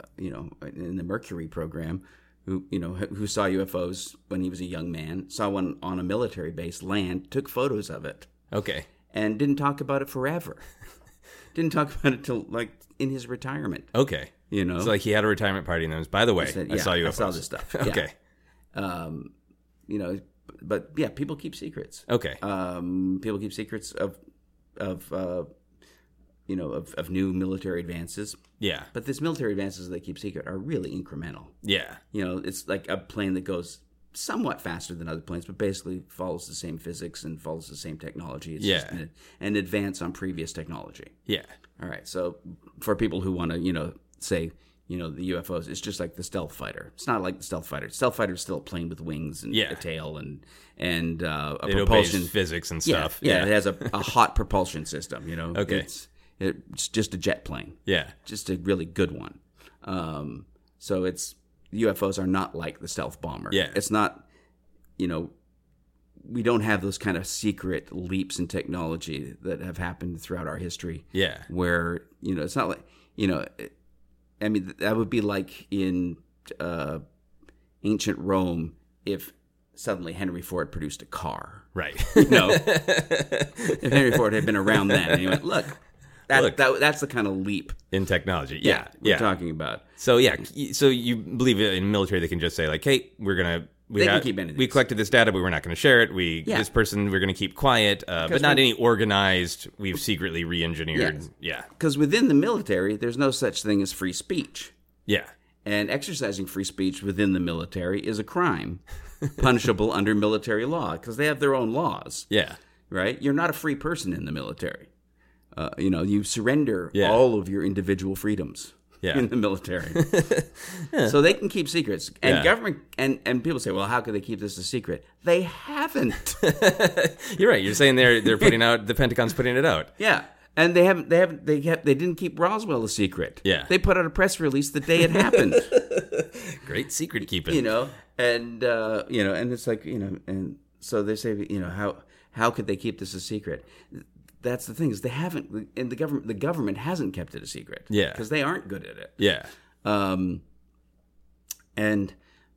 uh, you know in the mercury program who you know who who saw ufos when he was a young man saw one on a military base land took photos of it Okay. and didn't talk about it forever didn't talk about it till like in his retirement Okay. you know So like he had a retirement party and then was, by the way, I, Oh. said, yeah, saw you. I saw this stuff. Yeah. okay. um, you know, but yeah, people keep secrets. Okay. Um, people keep secrets of of uh, you know of, of new military advances. yeah. But these military advances they keep secret are really incremental. Yeah. You know, it's like a plane that goes somewhat faster than other planes, but basically follows the same physics and follows the same technology. It's just Yeah. an, an advance on previous technology. Yeah. All right. So for people who want to, you know, say, you know, the UFOs, it's just like the stealth fighter. It's not like the stealth fighter. Stealth fighter is still a plane with wings and Yeah. a tail and and uh, a It propulsion obeys physics and Yeah, stuff. yeah, it has a, a hot propulsion system. You know, Okay. It's, it's just a jet plane, Yeah. just a really good one. Um, so it's UFOs are not like the stealth bomber. Yeah. It's not, you know. We don't have those kind of secret leaps in technology that have happened throughout our history Yeah. where you know it's not like you know it- i mean th- that would be like in uh ancient rome if suddenly henry ford produced a car Right. no if henry ford had been around then and he went look that, Look. that that's the kind of leap In technology. Yeah. we're Yeah. talking about so yeah. y- So you believe in military they can just say like, hey, we're gonna. We They can have- keep entities. we collected this data, but we're not going to share it. We Yeah. this person we're going to keep quiet, uh, but Because not we- any organized. We've secretly re-engineered. Yeah, because within the military there's no such thing as free speech yeah, and exercising free speech within the military is a crime punishable under military law because they have their own laws yeah, right? You're not a free person in the military. Uh, you know, you surrender Yeah. all of your individual freedoms Yeah. in the military. So they can keep secrets. And Yeah. government and, and people say, well, how could they keep this a secret? They haven't. You're right. You're saying they're they're putting out the Pentagon's putting it out. yeah. And they haven't they haven't they kept they didn't keep Roswell a secret. Yeah. They put out a press release the day it happened. Great secret keeping. you know and uh you know and it's like you know and so they say you know how how could they keep this a secret that's the thing is they haven't and the government the government hasn't kept it a secret Yeah. because they aren't good at it Yeah. um and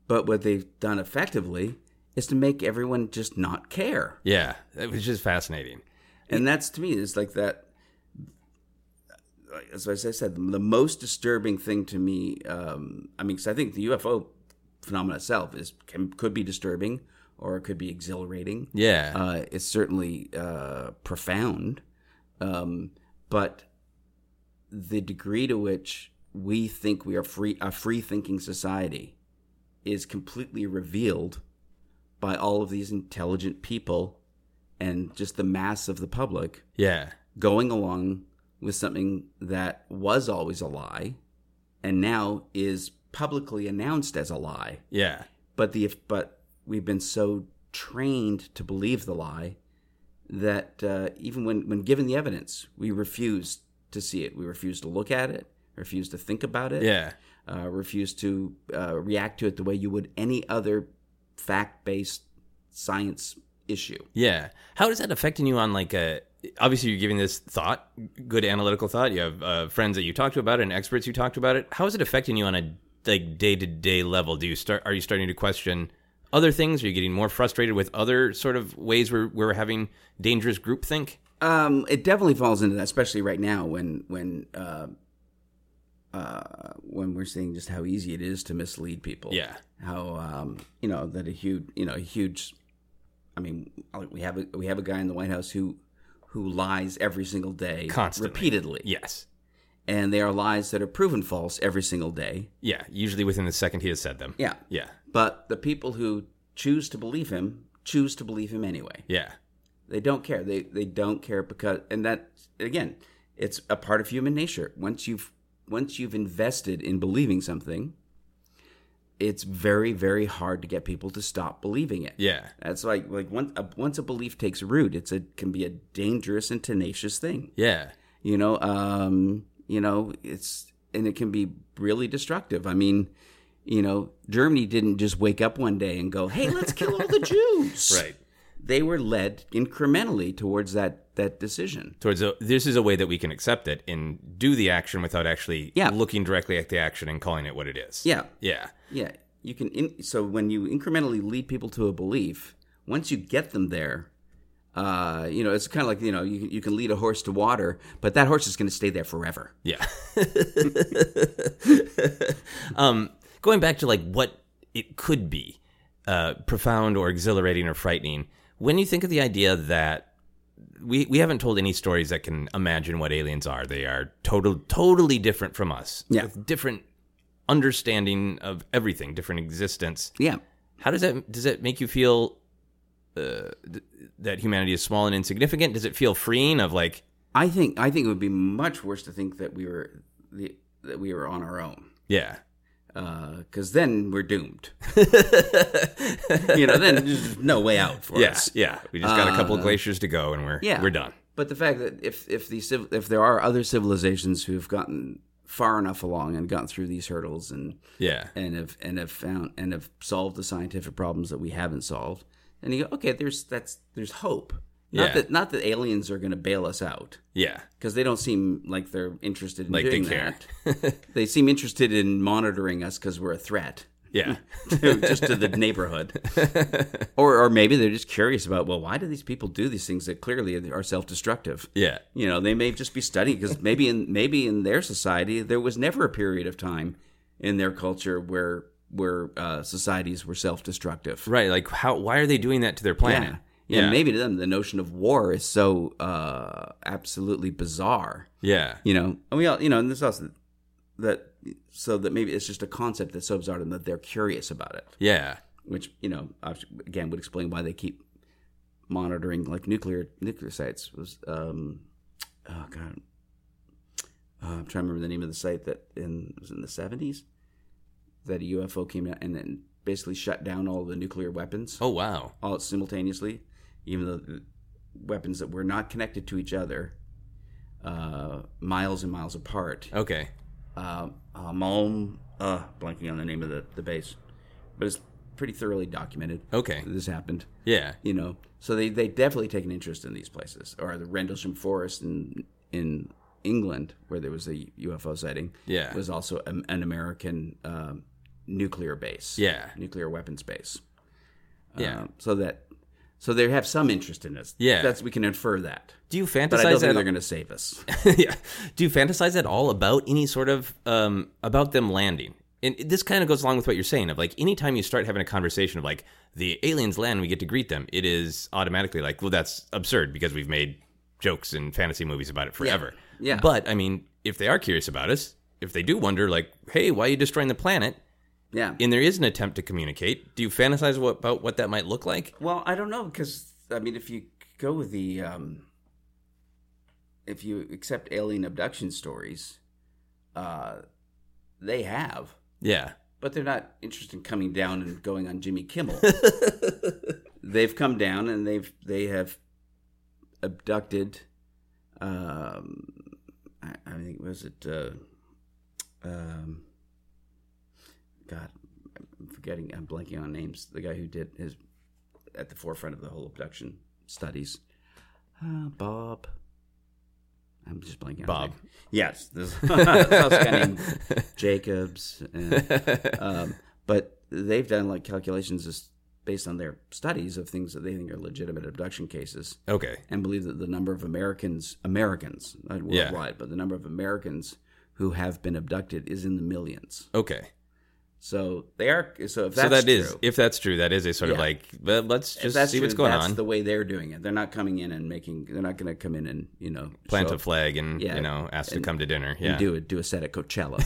but what they've done effectively is to make everyone just not care Yeah, it was just fascinating. and that's to me is like that as I said, the most disturbing thing to me. Um, I mean, 'cause I think the UFO phenomenon itself is can, could be disturbing or it could be exhilarating. Yeah, Uh, it's certainly uh, profound, um, but the degree to which we think we are free a free thinking society is completely revealed by all of these intelligent people and just the mass of the public yeah, going along with something that was always a lie and now is publicly announced as a lie yeah, but the but we've been so trained to believe the lie that uh, even when when given the evidence we refuse to see it we refuse to look at it refuse to think about it yeah, uh, refuse to uh, react to it the way you would any other fact-based science issue yeah. How is that affecting you on like a? Obviously, you're giving this thought, good analytical thought. You have uh, friends that you talk to about it and experts you talk to about it. How is it affecting you on a like day to day level? Do you start? Are you starting to question? other things? Are you getting more frustrated with other sort of ways where we're having dangerous groupthink? Um, it definitely falls into that, especially right now when when uh, uh, when we're seeing just how easy it is to mislead people. Yeah. How um, you know that a huge you know a huge, I mean we have a we have a guy in the White House who who lies every single day, Constantly. repeatedly, Yes. and they are lies that are proven false every single day. Yeah. Usually within the second he has said them. Yeah. Yeah. But the people who choose to believe him choose to believe him anyway. Yeah. They don't care. They they don't care because and that again, it's a part of human nature. Once you've once you've invested in believing something, it's very very hard to get people to stop believing it. Yeah. That's like like once a, once a belief takes root, it's a can be a dangerous and tenacious thing. Yeah. You know, um, you know, it's and it can be really destructive. I mean, you know, Germany didn't just wake up one day and go, "Hey, let's kill all the Jews." Right. they were led incrementally towards that that decision. Towards a, this is a way that we can accept it and do the action without actually Yeah. looking directly at the action and calling it what it is. Yeah, Yeah. yeah. You can in, so when you incrementally lead people to a belief, once you get them there, uh, you know it's kind of like you know you you can lead a horse to water, but that horse is going to stay there forever. Yeah. um, going back to like what it could be, uh, profound or exhilarating or frightening. When you think of the idea that we we haven't told any stories that can imagine what aliens are. They are total totally different from us. Yeah. With different understanding of everything, different existence. Yeah, How does that does that make you feel uh, th- that humanity is small and insignificant? Does it feel freeing of like I think I think it would be much worse to think that we were the, that we were on our own. yeah. Because then we're doomed. you know, then there's no way out for Yeah, us. yeah. We just got a couple of glaciers to go, and we're Uh, Yeah. we're done. But the fact that if if the civ- if there are other civilizations who have gotten far enough along and gotten through these hurdles and Yeah, and have and have found and have solved the scientific problems that we haven't solved, then you go, okay, there's that's there's hope. Not Yeah. that not that aliens are going to bail us out yeah, because they don't seem like they're interested in Like they doing care. that. they seem interested in monitoring us because we're a threat. yeah, to- just to the neighborhood. or, or maybe they're just curious about, well, why do these people do these things that clearly are self destructive? yeah, You know, they may just be studying because maybe in maybe in their society there was never a period of time in their culture where where uh, societies were self destructive. right. Like, how? Why are they doing that to their Yeah. planet? yeah, yeah, Maybe to them the notion of war is so uh, absolutely bizarre. yeah, You know, and we all you know, and this also that so that maybe it's just a concept that's so bizarre to them that they're curious about it yeah, which you know obvi- again would explain why they keep monitoring like nuclear nuclear sites was um oh god uh, I'm trying to remember the name of the site that in was in the 70s that a UFO came out and then basically shut down all the nuclear weapons Oh wow, all simultaneously even though the weapons that were not connected to each other uh miles and miles apart okay, uh, uh, Malm, uh, blanking on the name of the, the base, but it's pretty thoroughly documented. okay, that This happened, yeah, you know. So they, they definitely take an interest in these places, or the Rendlesham Forest in in England, where there was a UFO sighting. Yeah. was also an, an American um, nuclear base. Yeah. nuclear weapons base. yeah. Um, so that so they have some interest in us. Yeah. that's we can infer that. do you But I don't fantasize think at they're going to save us. yeah. Do you fantasize at all about any sort of um, about them landing? And this kind of goes along with what you're saying of like anytime you start having a conversation of like the aliens land, we get to greet them. It is automatically like, well, that's absurd because we've made jokes and fantasy movies about it forever. Yeah. But I mean, if they are curious about us, if they do wonder like, hey, why are you destroying the planet? yeah, And there is an attempt to communicate. Do you fantasize what, about what that might look like? Well, I don't know because I mean, if you go with the um, if you accept alien abduction stories, uh, they have, Yeah. but they're not interested in coming down and going on Jimmy Kimmel. they've come down and they've they have abducted. Um, I, I think was it. Uh, um, God, I'm forgetting. I'm blanking on names. The guy who did his at the forefront of the whole abduction studies. Uh, Bob. I'm just blanking. on Bob. his name. Yes, this, this also guy named Jacobs. And, um, but they've done like calculations as based on their studies of things that they think are legitimate abduction cases Okay. and believe that the number of Americans, Americans, not Yeah. worldwide, but the number of Americans who have been abducted is in the millions. Okay. So they are. So if so that's that true, is, if that's true, that is a sort of Yeah. like, well, let's if just that's see true, what's going that's on, the way they're doing it. They're not coming in and making. They're not going to come in and you know plant a show up flag, and Yeah. you know, ask And- to come to dinner. and Yeah. do it. Do a set at Coachella.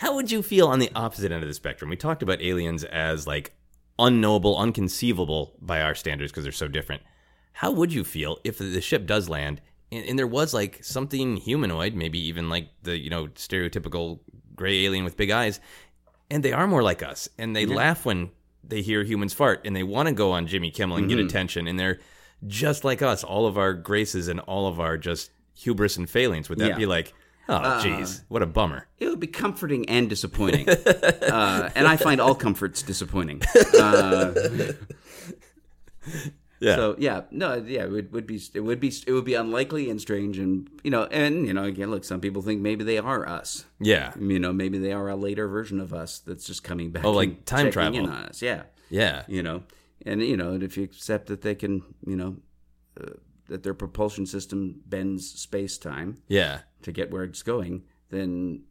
How would you feel on the opposite end of the spectrum? We talked about aliens as like unknowable, unconceivable by our standards because they're so different. How would you feel if the ship does land and, and there was like something humanoid, maybe even like the you know stereotypical gray alien with big eyes, and they are more like us, and they laugh when they hear humans fart, and they want to go on Jimmy Kimmel and get attention, and they're just like us, all of our graces and all of our just hubris and failings. Would that Yeah. be like? Oh, jeez, what a bummer. it would be comforting and disappointing. uh, and I find all comforts disappointing. Uh, Yeah. So yeah, no, yeah, it would, would be it would be it would be unlikely and strange, and you know, and you know, again, look, some people think maybe they are us. Yeah. You know, maybe they are a later version of us that's just coming back. Oh, like and time checking in travel. on us. Yeah, Yeah. you know, and you know, and if you accept that they can, you know, uh, that their propulsion system bends space time Yeah. to get where it's going, then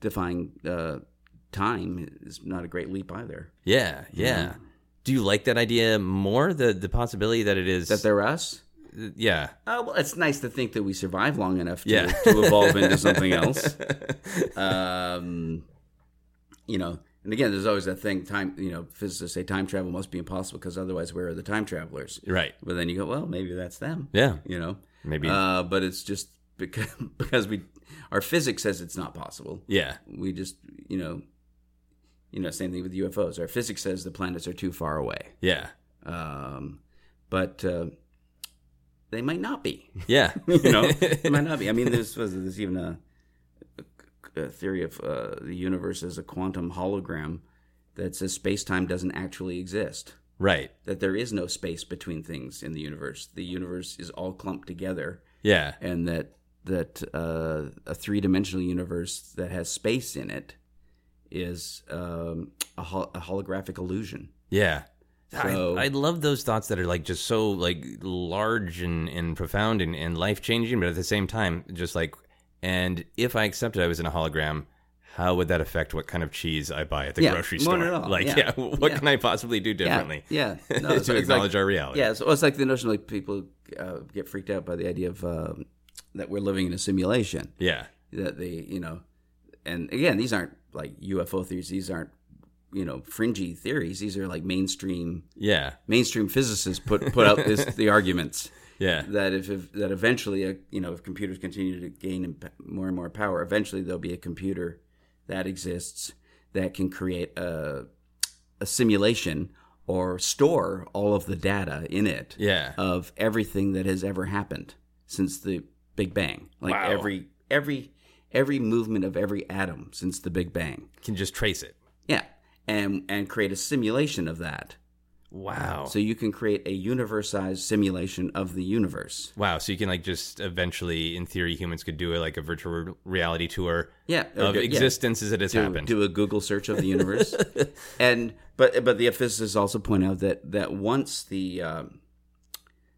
defying uh, time is not a great leap either. Yeah. Yeah. Mm-hmm. Do you like that idea more? The the possibility that it is That they're us. yeah. Oh, well, it's nice to think that we survive long enough to, Yeah. to evolve into something else. Um, you know, and again, there's always that thing time, you know, physicists say time travel must be impossible because otherwise, where are the time travelers? Right. But then you go, well, maybe that's them. Yeah. You know, Maybe. Uh, but it's just because, because we, our physics says it's not possible. yeah. We just, you know, you know, same thing with UFOs. Our physics says the planets are too far away. Yeah. Um, but uh, they might not be Yeah. you know it might not be i mean there's was there's even a, a theory of uh, the universe as a quantum hologram that says space-time doesn't actually exist right. that there is no space between things in the universe the universe is all clumped together Yeah. and that that uh, a three-dimensional universe that has space in it is um, a, hol- a holographic illusion Yeah. So- I, I love those thoughts that are like just so like large and, and profound and, and life changing, but at the same time, just like, and if I accepted I was in a hologram, how would that affect what kind of cheese I buy at the Yeah, grocery not store? at all. Like, Yeah. yeah, what Yeah. can I possibly do differently yeah, yeah. No, it's- to it's like- acknowledge our reality? Yeah, so it's like the notion like people uh, get freaked out by the idea of um, that we're living in a simulation. Yeah. That they, you know, and again, these aren't like UFO theories. These aren't you know fringy theories. These are like mainstream Yeah. mainstream physicists put put out this, the arguments Yeah. that if, if that eventually uh you know if computers continue to gain imp- more and more power, eventually there'll be a computer that exists that can create a a simulation or store all of the data in it Yeah. of everything that has ever happened since the Big Bang. Like Wow. every every every movement of every atom since the Big Bang. can just trace it. Yeah. And and create a simulation of that. Wow. So you can create a universized simulation of the universe. wow. So you can like just eventually, in theory, humans could do a, like a virtual reality tour Yeah. or of do- yeah, existence as it has do, happened. do a Google search of the universe. and but but the physicists also point out that that once the um,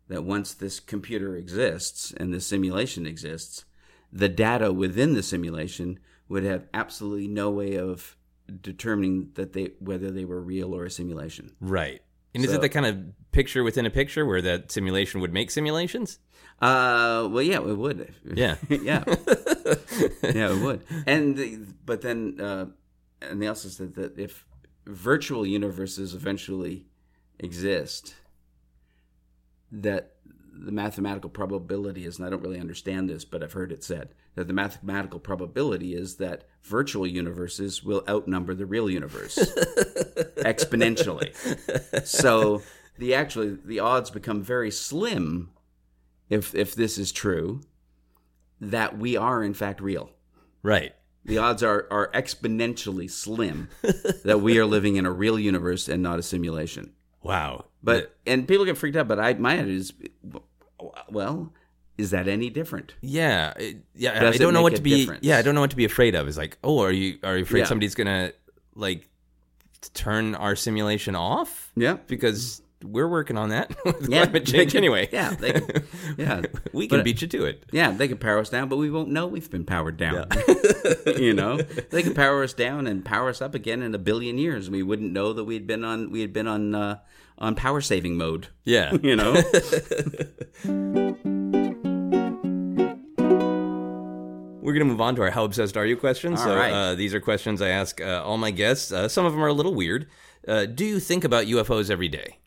that once this computer exists and this simulation exists, the data within the simulation would have absolutely no way of determining that they whether they were real or a simulation. right. And is So- it the kind of picture within a picture where that simulation would make simulations? Uh, well, yeah, it would. Yeah. yeah, yeah, it would. And the, but then, uh, and they also said that if virtual universes eventually exist, that the mathematical probability is, and I don't really understand this, but I've heard it said that the mathematical probability is that virtual universes will outnumber the real universe exponentially. So the actually the odds become very slim if if this is true, that we are in fact real. Right. The odds are are exponentially slim that we are living in a real universe and not a simulation. Wow. But and people get freaked out. But I my idea is, well, is that any different? yeah, it- yeah. Does I it don't know make what a to be. difference? Yeah, I don't know what to be afraid of. Is like, oh, are you are you afraid Yeah. somebody's gonna like to turn our simulation off. Yeah. Because we're working on that with Yeah, climate they change can- anyway. Yeah, they can, yeah, We can But- beat you to it. Yeah, they can power us down, but we won't know we've been powered down. you know, they can power us down and power us up again in a billion years. We wouldn't know that we'd been on we had been on uh, on power saving mode. Yeah. You know, We're going to move on to our How Obsessed Are You questions. All so, right. uh, these are questions I ask uh, all my guests. Uh, some of them are a little weird. Uh, do you think about UFOs every day?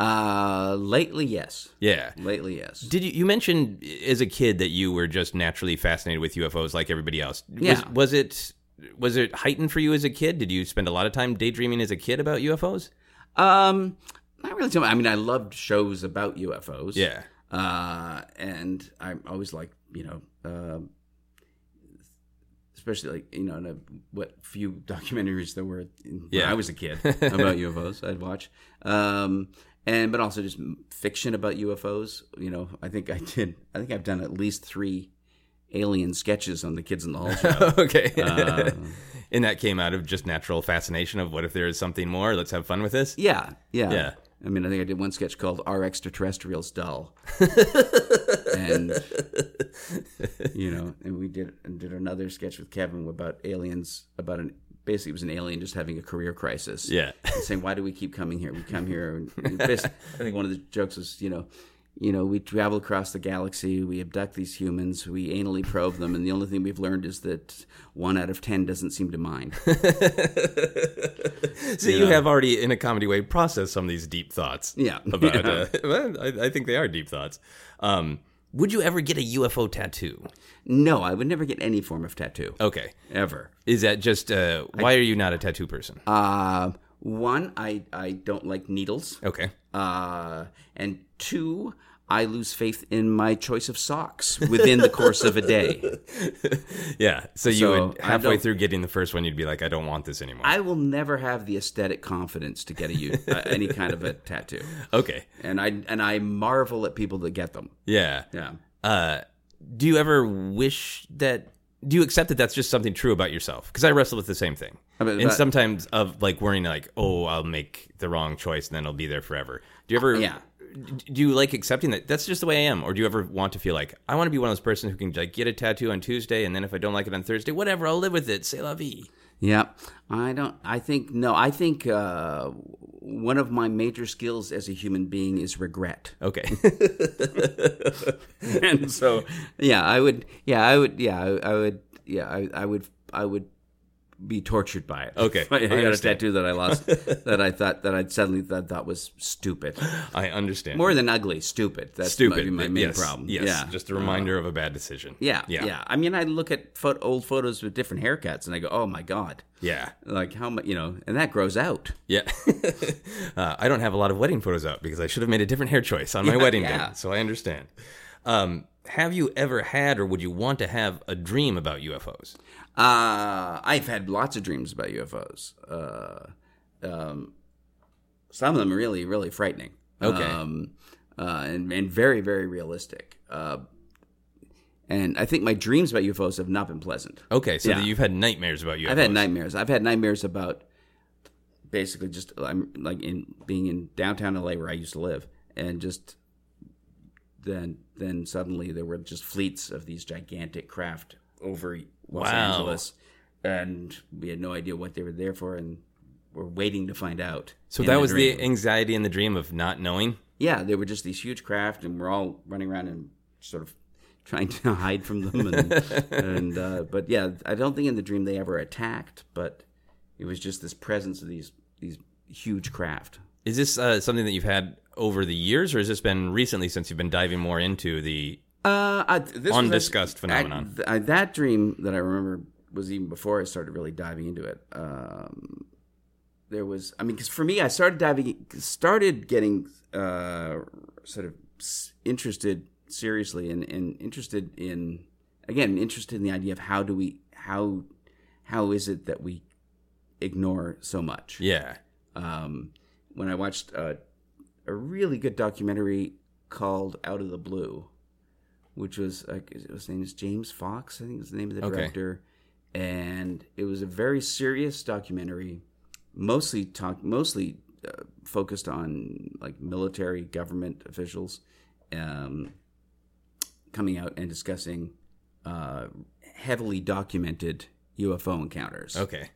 uh, lately, yes, Yeah. lately, yes. Did you, you mentioned as a kid that you were just naturally fascinated with UFOs like everybody else? Yeah. Was, was it was it heightened for you as a kid? Did you spend a lot of time daydreaming as a kid about UFOs? Um, not really. Too much. I mean, I loved shows about UFOs. Yeah. uh, and I always like you know, um especially like you know, in a, what few documentaries there were when Yeah. I was a kid about UFOs I'd watch, um, and but also just fiction about UFOs. You know, I think I did. I think I've done at least three alien sketches on the Kids in the Hall show. okay. Um, and that came out of just natural fascination of what if there is something more? Let's have fun with this. Yeah, yeah. Yeah. I mean, I think I did one sketch called "Our Extraterrestrials Doll," and you know, and we did and did another sketch with Kevin about aliens. About an basically, it was an alien just having a career crisis. Yeah. and saying, "Why do we keep coming here? We come here." And and basically, I think one of the jokes was, you know. You know, we travel across the galaxy, we abduct these humans, we anally probe them, and the only thing we've learned is that one out of ten doesn't seem to mind. So you have already, in a comedy way, processed some of these deep thoughts. Yeah. About, Yeah. Uh, well, I, I think they are deep thoughts. Um, would you ever get a UFO tattoo? No, I would never get any form of tattoo. Okay. Ever. Is that just, uh, why are you not a tattoo person? Uh, one, I, I don't like needles. okay. Uh, and two, I lose faith in my choice of socks within the course of a day. Yeah. So you So, would, I halfway don't- through getting the first one, you'd be like, I don't want this anymore. I will never have the aesthetic confidence to get a u- uh, any kind of a tattoo, okay. and I and I marvel at people that get them. Yeah. Yeah. Uh, do you ever wish that, do you accept that that's just something true about yourself? Because I wrestle with the same thing. I mean, and but- sometimes of like worrying, like, oh, I'll make the wrong choice and then it'll be there forever. Do you ever, yeah. d- do you like accepting that that's just the way I am? Or do you ever want to feel like, I want to be one of those persons who can like get a tattoo on Tuesday and then if I don't like it on Thursday, whatever, I'll live with it. C'est la vie. Yeah, I don't. I think no. I think uh, one of my major skills as a human being is regret. Okay. and so yeah i would yeah i would yeah i, I would yeah I, I would i would be tortured by it Okay, If i, I got a understand. tattoo that i lost that i thought that i'd suddenly thought that was stupid I understand. more than ugly stupid that's stupid. might be my main yes, problem Yes. yeah Uh, Just a reminder of a bad decision. yeah, yeah Yeah. i mean i look at pho- old photos with different haircuts and i go oh my god Yeah. like how much you know and that grows out Yeah. uh, I don't have a lot of wedding photos out because I should have made a different hair choice on my wedding yeah. day. So I understand. Um, have you ever had or would you want to have a dream about UFOs? Uh, I've had lots of dreams about UFOs. Uh, um, some of them really, really frightening. Okay. Um, uh, and, and very, very realistic. Uh, and I think my dreams about UFOs have not been pleasant. Okay, so Yeah. that you've had nightmares about UFOs. I've had nightmares. I've had nightmares about basically just I'm like in being in downtown LA where I used to live, and just then then suddenly there were just fleets of these gigantic craft over Los Wow. Angeles, and we had no idea what they were there for, and we're waiting to find out. so in that the was dream. the anxiety in the dream of not knowing? yeah. They were just these huge craft, and we're all running around and sort of. Trying to hide from them, and, and uh, but yeah, I don't think in the dream they ever attacked, but it was just this presence of these these huge craft. Is this uh, something that you've had over the years or has this been recently since you've been diving more into the. Uh, I, this Undiscussed was actually- phenomenon. I, th- I- that dream that I remember was even before I started really diving into it. Um, there was, I mean, because for me, I started diving, started getting uh, sort of s- interested seriously and, and interested in, again, interested in the idea of how do we, how, how is it that we ignore so much? Yeah. um, when I watched uh, a really good documentary called Out of the Blue, which was uh, his name is James Fox, I think is the name of the Okay. director, and it was a very serious documentary mostly talk mostly uh, focused on like military government officials um, coming out and discussing uh, heavily documented UFO encounters. Okay.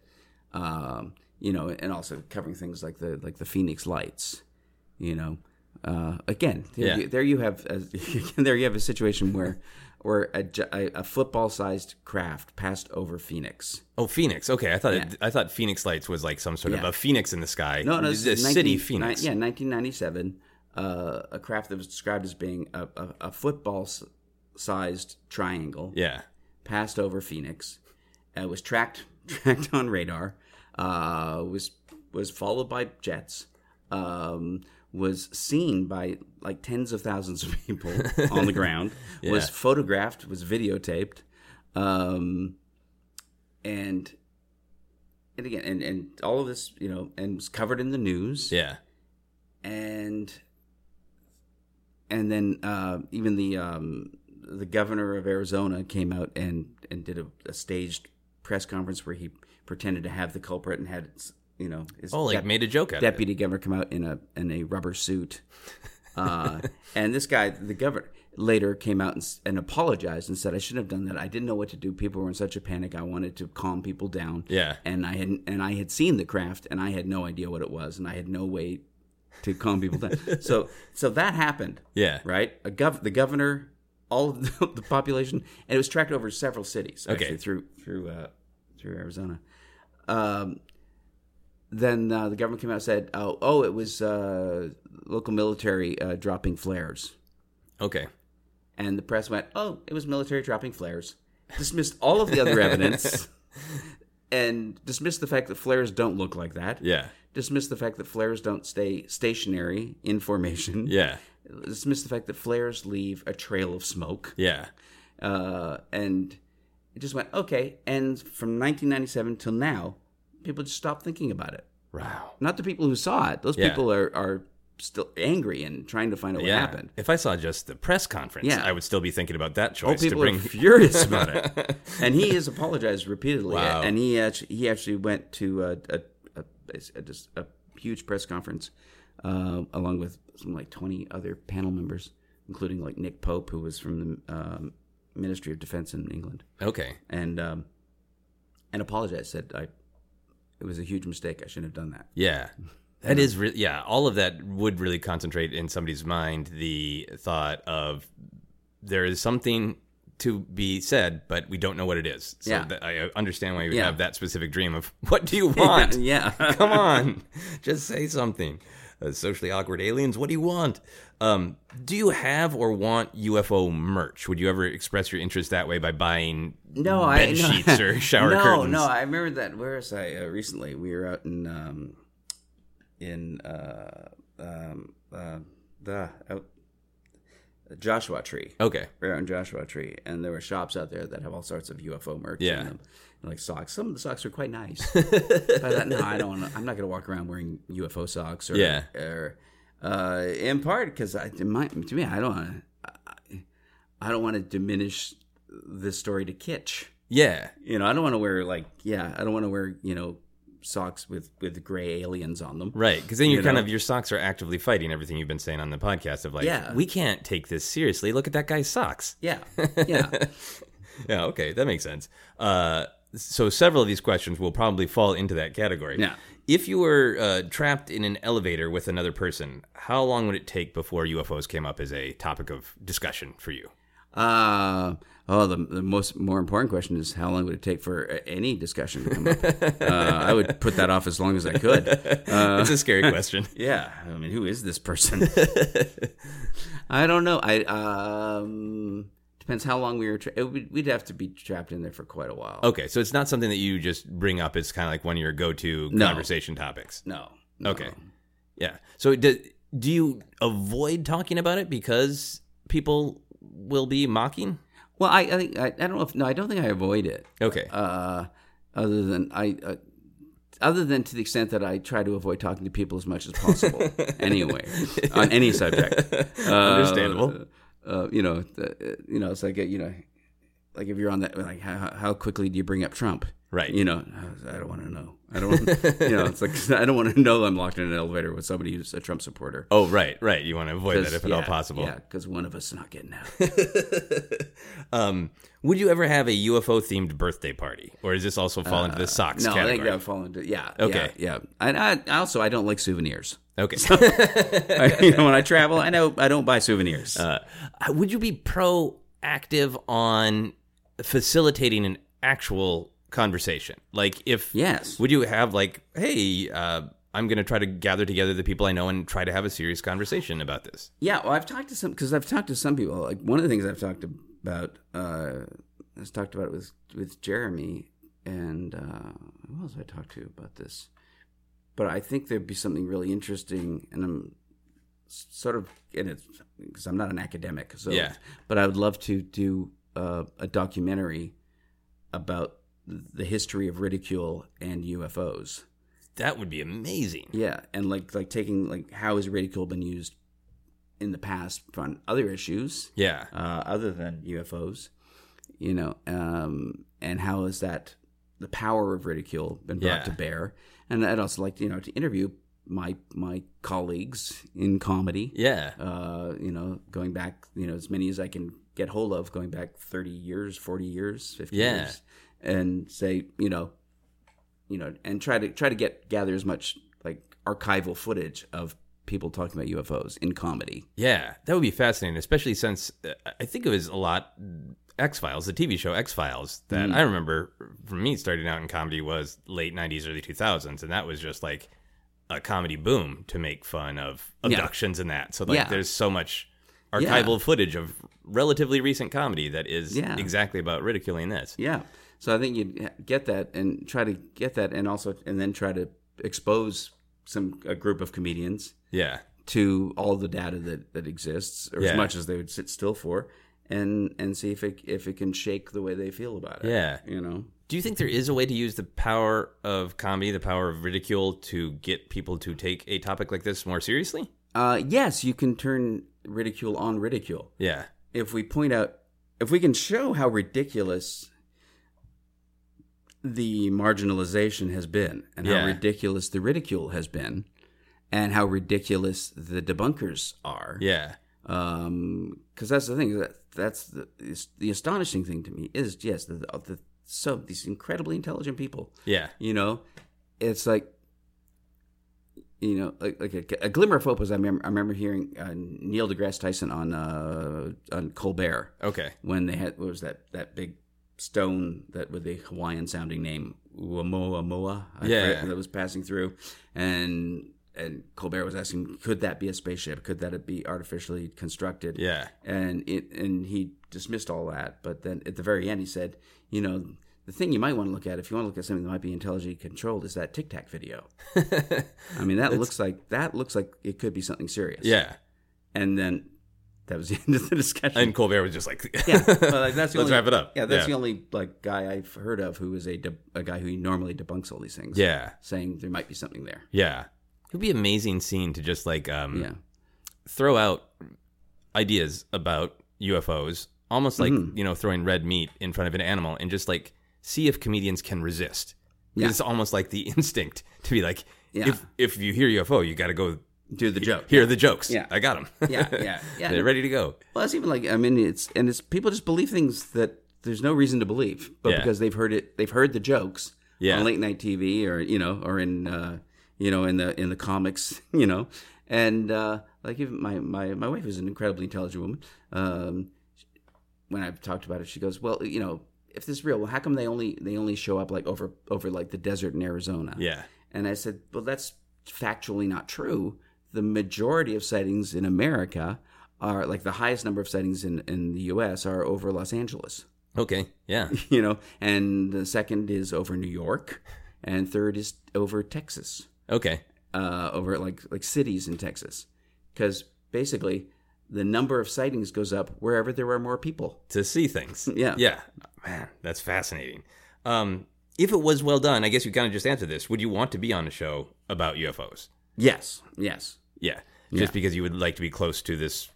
Um, you know, and also covering things like the like the Phoenix Lights. You know, uh, again, there, Yeah. you, there you have a, there you have a situation where where a, gi- a football sized craft passed over Phoenix. Oh, Phoenix. Okay, I thought Yeah. I thought Phoenix Lights was like some sort of Yeah. a phoenix in the sky. No, no, It's this is a 19 city ni- Phoenix. yeah, 1997. Uh, a craft that was described as being a, a, a football-sized triangle yeah. passed over Phoenix. Uh, was tracked tracked on radar. Uh, was was followed by jets. Um, was seen by like tens of thousands of people on the ground. Was photographed. Was videotaped. Um, and and again, and and all of this, you know, and was covered in the news Yeah. and and then uh, even the um, the governor of Arizona came out and and did a, a staged press conference where he pretended to have the culprit and had you know his Oh, like dep- made a joke out of it. deputy governor come out in a in a rubber suit, uh, and this guy, the governor, later came out and, s- and apologized and said, "I shouldn't have done that. I didn't know what to do. People were in such a panic. I wanted to calm people down. Yeah. and I had and I had seen the craft, and I had no idea what it was, and I had no way to calm people down. so so that happened. Yeah. right. A gov the governor, all of the, the population, and it was tracked over several cities. Okay. actually, through through uh, through Arizona. Um, then uh, the government came out and said, "Oh, oh, it was uh, local military uh, dropping flares," Okay. and the press went, "Oh, it was military dropping flares," dismissed all of the other evidence, and dismissed the fact that flares don't look like that. Yeah. Dismissed the fact that flares don't stay stationary in formation. Yeah. Dismissed the fact that flares leave a trail of smoke Yeah. uh, and it just went okay. And from 1997 till now, people just stopped thinking about it. Wow. Not the people who saw it; those Yeah. people are are still angry and trying to find out what Yeah. happened. If I saw just the press conference, Yeah. I would still be thinking about that Well, choice to Oh, people bring. are furious about it, and he has apologized repeatedly. Wow. And he actually, he actually went to a a, a, a, just a huge press conference uh, along with some like twenty other panel members, including like Nick Pope, who was from the um, Ministry of Defense in England. okay. and um, and apologized. Said I, it was a huge mistake. I shouldn't have done that. Yeah. That is, re- yeah, all of that would really concentrate in somebody's mind the thought of there is something to be said, but we don't know what it is. So Yeah. that- I understand why you would Yeah. have that specific dream of what do you want? yeah, Come on, just say something. Uh, socially awkward aliens, what do you want? Um, do you have or want UFO merch? Would you ever express your interest that way by buying no, bed I no. sheets or shower no, curtains? No, I remember that. Where was I uh, recently? We were out in um, in uh, um, uh, the out, Joshua Tree. Okay, We We're out in Joshua Tree, and there were shops out there that have all sorts of UFO merch. Yeah. in them. And, like socks. Some of the socks are quite nice. but I thought, no, I don't. Wanna, I'm not going to walk around wearing UFO socks. Or, Yeah. Or, uh, in part because I, in my, to me, I don't. Wanna, I, I don't want to diminish this story to kitsch. yeah, You know, I don't want to wear like, yeah, I don't want to wear you know socks with with gray aliens on them. right. Because then you're You kind know. of your socks are actively fighting everything you've been saying on the podcast of like, Yeah. we can't take this seriously. Look at that guy's socks. Yeah. Yeah. Yeah, okay, that makes sense. Uh, so several of these questions will probably fall into that category. Yeah. If you were uh, trapped in an elevator with another person, how long would it take before UFOs came up as a topic of discussion for you? Uh, oh, the, the most more important question is how long would it take for a- any discussion to come up? uh, I would put that off as long as I could. Uh, it's a scary question. Yeah, I mean, who is this person? I don't know. I um depends how long we were. Tra- it would, we'd have to be trapped in there for quite a while. Okay, so it's not something that you just bring up. It's kind of like one of your go-to No. conversation topics. No. no. Okay, yeah. So do, do you avoid talking about it because people will be mocking? Well, I I, think, I I don't know if no, I don't think I avoid it. Okay, uh, other than I, uh, other than to the extent that I try to avoid talking to people as much as possible. anyway, on any subject, Uh, Understandable. Uh, you know, the, you know, it's like uh, you know, like if you're on that, like how, how quickly do you bring up Trump? Right. You know, I was- I don't want to know. I don't, want, you know, it's like I don't want to know I'm locked in an elevator with somebody who's a Trump supporter. Oh, right, right. You want to avoid 'Cause, that if at all yeah, possible. Yeah, because one of us is not getting out. Um, would you ever have a UFO themed birthday party, or does this also fall into the socks no, I category? think that would fall into yeah. Okay. yeah. yeah. And I, also I don't like souvenirs. Okay. I, you know, when I travel, I know I don't buy souvenirs. Uh, would you be proactive on facilitating an actual conversation? Like, if Yes. would you have like, hey, uh, I'm going to try to gather together the people I know and try to have a serious conversation about this. Yeah, well, I've talked to some because I've talked to some people. Like one of the things I've talked about, uh, I was talked about it with with Jeremy and uh, who else I talked to about this. But I think there'd be something really interesting, and I'm s- sort of and it's because I'm not an academic, so Yeah. But I would love to do uh, a documentary about the history of ridicule and UFOs. That would be amazing. Yeah, and like like taking like how has ridicule been used in the past on other issues Yeah. uh, other than UFOs, you know, um, and how is that the power of ridicule been brought Yeah. to bear? And I'd also like you know to interview my my colleagues in comedy. Yeah. Uh, you know, going back, you know, as many as I can get hold of, going back thirty years, forty years, fifty Yeah. years, and say, you know, you know, and try to try to get gather as much like archival footage of people talking about UFOs in comedy. Yeah, that would be fascinating, especially since uh, I think it was a lot X Files, the TV show X Files, that I remember from me starting out in comedy was late 90s, early 2000s. And that was just like a comedy boom to make fun of Yeah. abductions and that. So, like, Yeah. there's so much archival footage of relatively recent comedy that is Yeah. exactly about ridiculing this. Yeah. So I think you'd get that and try to get that and also and then try to expose some a group of comedians Yeah. to all the data that, that exists or Yeah. as much as they would sit still for and and see if it if it can shake the way they feel about it. Yeah. You know. Do you think there is a way to use the power of comedy, the power of ridicule, to get people to take a topic like this more seriously? Uh, yes, you can turn ridicule on ridicule. Yeah. if we point out if we can show how ridiculous the marginalization has been and Yeah. how ridiculous the ridicule has been and how ridiculous the debunkers are Yeah. because Um, that's the thing that that's the, is the astonishing thing to me is yes the, the so these incredibly intelligent people Yeah. you know, it's like, you know, like, like a, a glimmer of hope was I remember, I remember hearing uh, Neil deGrasse Tyson on uh, on Colbert Okay. when they had what was that that big stone that with the Hawaiian sounding name Uamoamoa I Yeah. forget, that was passing through and and Colbert was asking could that be a spaceship could that be artificially constructed Yeah. and it and he dismissed all that. But then at the very end, he said, you know, the thing you might want to look at if you want to look at something that might be intelligently controlled is that Tic Tac video. I mean, that looks like that looks like it could be something serious. Yeah. and then that was the end of the discussion. And Colbert was just like, yeah, but, like, that's the Let's only, wrap it up. Yeah, that's Yeah. the only like guy I've heard of who is a de- a guy who normally debunks all these things. yeah, saying there might be something there. yeah. It would be an amazing scene to just like um, Yeah, throw out ideas about UFOs, almost like Mm-hmm. you know throwing red meat in front of an animal, and just like see if comedians can resist. 'Cause Yeah. It's almost like the instinct to be like, Yeah. if if you hear UFO, you got to go do the joke. hear the jokes. Yeah. I got them. Yeah, yeah, yeah. They're ready to go. Well, it's even like I mean, it's and it's people just believe things that there's no reason to believe, but Yeah. because they've heard it, they've heard the jokes Yeah. on late night TV or you know, or in uh, you know, in the in the comics, you know, and uh, like even my my my wife is an incredibly intelligent woman. Um, when I've talked about it, she goes, "Well, you know, if this is real, well, how come they only they only show up like over over like the desert in Arizona?" Yeah, And I said, well, that's factually not true. The majority of sightings in America are like the highest number of sightings in, in the US are over Los Angeles, okay, yeah, you know, and the second is over New York, and third is over Texas, okay, uh, over like, like cities in Texas. Because basically, the number of sightings goes up wherever there are more people. to see things. Yeah. Yeah. Man, that's fascinating. Um, if it was well done, I guess you kind of just answered this. Would you want to be on a show about UFOs? Yes, yes. Yeah. Just because you would like to be close to this,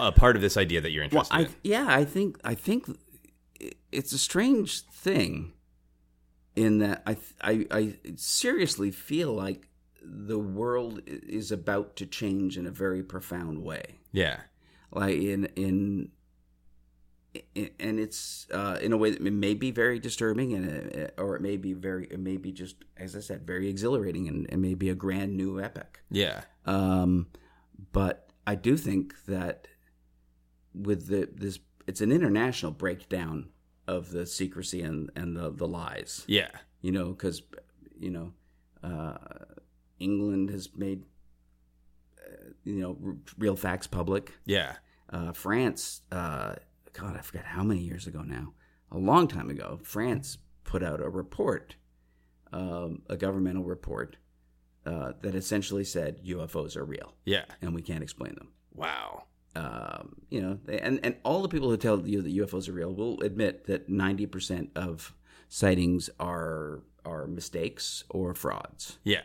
a part of this idea that you're interested I, in. yeah, I think I think i- it's a strange thing in that I, I I seriously feel like the world i- is about to change in a very profound way. Yeah. Like in in i- and it's uh, in a way that may be very disturbing, and uh, or it may be very, it may be just, as I said, very exhilarating, and it may be a grand new epic. Yeah. Um, but I do think that with the this, it's an international breakdown of the secrecy and and the the lies. Yeah. You know, because you know, uh, England has made uh, you know r- real facts public. Yeah. Uh, France, uh, God, I forget how many years ago now, a long time ago, France put out a report, um, a governmental report. Uh, that essentially said UFOs are real Yeah. and we can't explain them. Wow. Um, you know, they- and and all the people who tell you that UFOs are real will admit that ninety percent of sightings are are mistakes or frauds. Yeah.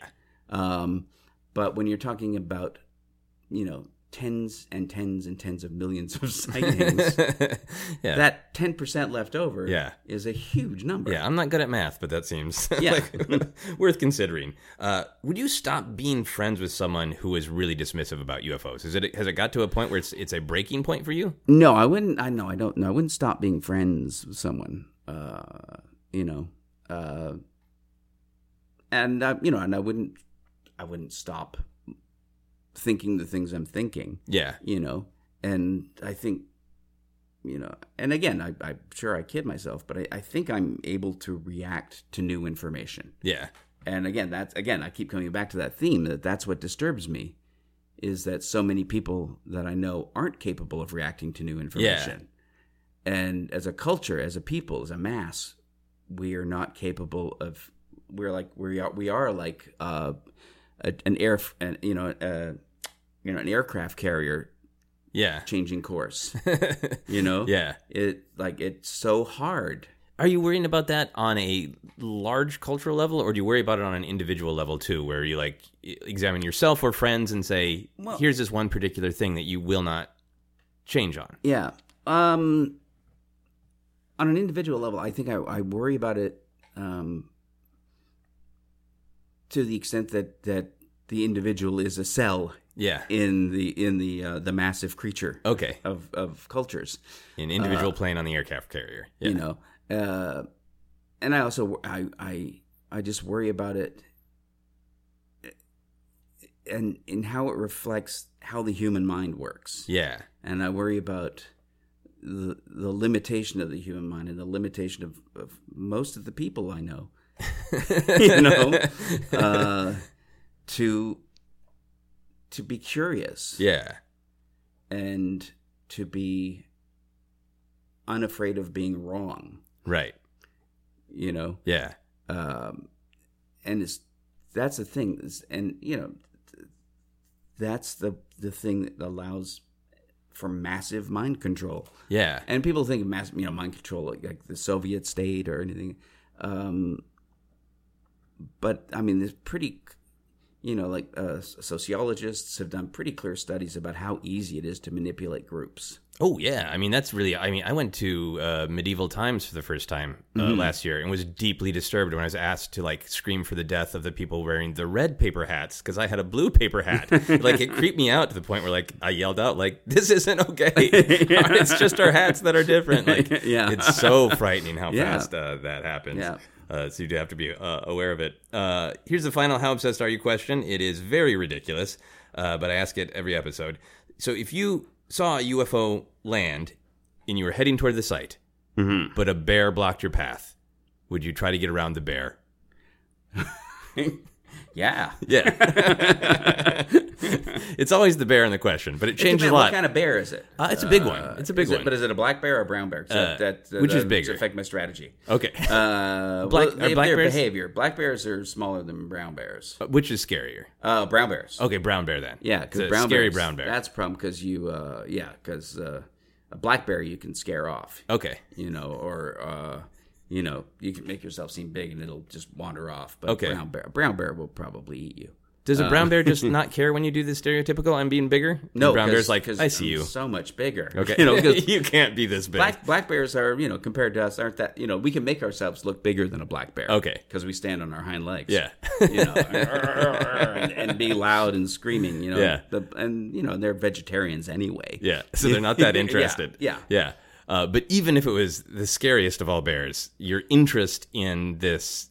Um, but when you're talking about, you know, tens and tens and tens of millions of sightings, yeah. that ten percent left over, Yeah. is a huge number. Yeah, I'm not good at math, but that seems Yeah. like worth considering. Uh, would you stop being friends with someone who is really dismissive about UFOs? Is it has it got to a point where it's it's a breaking point for you? No, I wouldn't. I know. I don't. No, I wouldn't stop being friends with someone. Uh, you know. Uh, and I, you know, and I wouldn't. I wouldn't stop thinking the things I'm thinking. Yeah, You know, and I think, you know, and again, I, I'm sure I kid myself, but I, I think I'm able to react to new information yeah, and again that's again i keep coming back to that theme that that's what disturbs me is that so many people that i know aren't capable of reacting to new information and as a culture as a people as a mass we are not capable of we're like we are we are like uh a, an air an, you know uh you know an aircraft carrier yeah, changing course you know yeah. it like it's so hard Are you worrying about that on a large cultural level, or do you worry about it on an individual level too, where you like e- examine yourself or friends and say, Well- "Here's this one particular thing that you will not change on." Yeah. Um on an individual level, I think I, I worry about it um to the extent that that the individual is a cell Yeah. in the in the uh, the massive creature Okay. of of cultures, An individual plane on the aircraft carrier. Yeah. you know. Uh and I also I I I just worry about it and in how it reflects how the human mind works Yeah. and I worry about the the limitation of the human mind and the limitation of, of most of the people I know, you know, uh, to to be curious Yeah. and to be unafraid of being wrong, Right. you know, Yeah. um, and it's that's the thing, is- and you know, th- that's the the thing that allows for massive mind control. Yeah. And people think of mass, you know, mind control like, like the Soviet state or anything. Um, but I mean, there's pretty, you know, like uh, s- sociologists have done pretty clear studies about how easy it is to manipulate groups. Oh yeah, I mean that's really. I mean, I went to uh, medieval times for the first time uh, Mm-hmm. last year and was deeply disturbed when I was asked to like scream for the death of the people wearing the red paper hats because I had a blue paper hat. like it creeped me out to the point where like I yelled out like this isn't okay. it's just our hats that are different. Like Yeah. it's so frightening how Yeah. fast uh, that happens. Yeah. Uh, so you do have to be uh, aware of it. Uh, here's the final How Obsessed Are You question. It is very ridiculous, uh, but I ask it every episode. So if you saw a UFO land and you were heading toward the site, Mm-hmm. but a bear blocked your path, would you try to get around the bear? Yeah, Yeah. it's always the bear in the question, but it changes a Depends- lot. What kind of bear is it? Uh, it's a big one. It's a big Is it- one. but is it a black bear or a brown bear? 'Cause Uh, that, that, which that is would bigger? Affect my strategy. okay. Uh, Black- are well, they- black their bears- behavior. Black bears are smaller than brown bears. Which is scarier? Uh, brown bears. Okay, brown bear then. Yeah, Oh, It's a because brown scary bears, brown bear. That's a problem because you, uh, yeah, because uh, a black bear you can scare off, okay. you know, or uh, you know you can make yourself seem big and it'll just wander off. But Okay. brown bear, a brown bear will probably eat you. Does a brown bear just not care when you do the stereotypical "I'm being bigger"? Uh, No, the brown 'cause- bear's like, 'cause "I see I'm you." So much bigger. Okay, You know, 'cause you can't be this big. black black bears are you know compared to us aren't that you know we can make ourselves look bigger than a black bear. Okay. because we stand on our hind legs. Yeah. you know, and, and be loud and screaming. You know, Yeah. The, and you know they're vegetarians anyway. Yeah, so they're not that Yeah, interested. yeah. yeah. Uh, but even if it was the scariest of all bears, your interest in this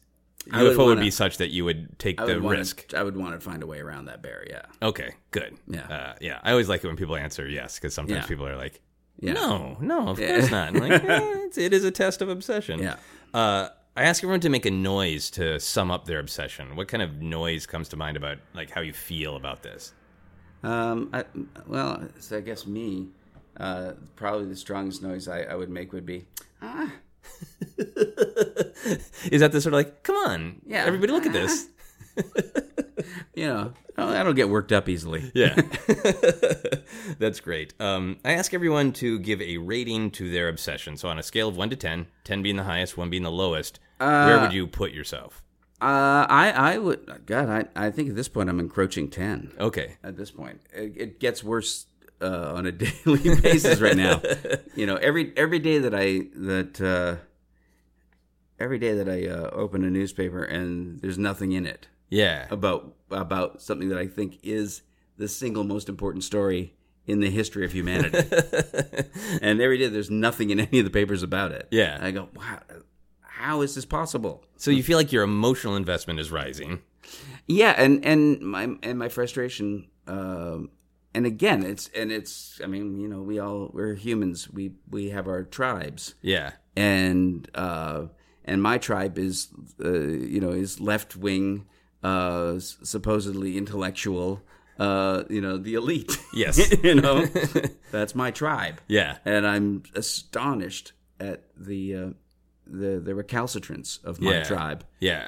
I would UFO would, wanna- be such that you would take I the would wanna- risk. I would want to find a way around that bear. Yeah, Okay, good. Yeah. uh, yeah. I always like it when people answer yes because sometimes Yeah. people are like, yeah. "No, no, of Yeah. course not." I'm like, eh, it's, it is a test of obsession. Yeah. Uh, I ask everyone to make a noise to sum up their obsession. What kind of noise comes to mind about like how you feel about this? Um, I, well, so I guess me, uh, probably the strongest noise I, I would make would be ah. Is that the sort of like, "Come on, Yeah. everybody, look at this." You know, I don't get worked up easily. Yeah. That's great. Um, I ask everyone to give a rating to their obsession. So on a scale of 1 to 10, 10 being the highest, 1 being the lowest, where would you put yourself? Uh, I, I would, God, I, I think at this point I'm encroaching 10. Okay. At this point, it, it gets worse uh, on a daily basis right now. You know, every every day that I that uh, every day that I uh, open a newspaper and there's nothing in it Yeah. about about something that I think is the single most important story in the history of humanity. and every day there's nothing in any of the papers about it. Yeah. I go, wow, how is this possible? So you feel like your emotional investment is rising. Yeah, and and my and my frustration, um, and again, it's and it's. I mean, you know, we all we're humans. We we have our tribes, Yeah. and uh, and my tribe is, uh, you know, is left wing, uh, s- supposedly intellectual. Uh, you know, the elite. Yes. you know, that's my tribe, Yeah. and I'm astonished at the uh, the the recalcitrance of my Yeah. tribe. Yeah.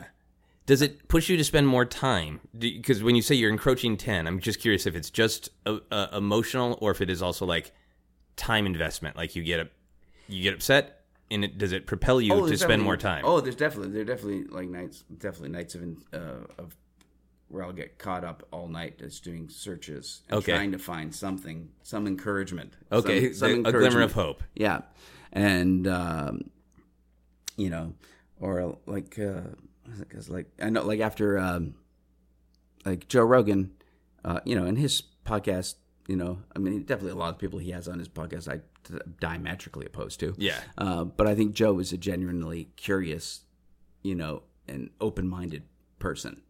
Does it push you to spend more time? Because when you say you're encroaching 10, I'm just curious if it's just uh, uh, emotional or if it is also like time investment. Like you get up, you get upset and it, does it propel you to Oh, there's spend definitely- more time? Oh, there's definitely there are definitely like nights, definitely nights of uh, of where I'll get caught up all night just doing searches, and Okay. trying to find something, some encouragement. Okay, some, some the- a glimmer of hope. Yeah, and um, you know, or like uh, because like I know like after um, like Joe Rogan, uh, you know, in his podcast. You know, I mean, definitely a lot of people he has on his podcast I d- diametrically opposed to. Yeah. Uh, but I think Joe is a genuinely curious, you know, and open minded person.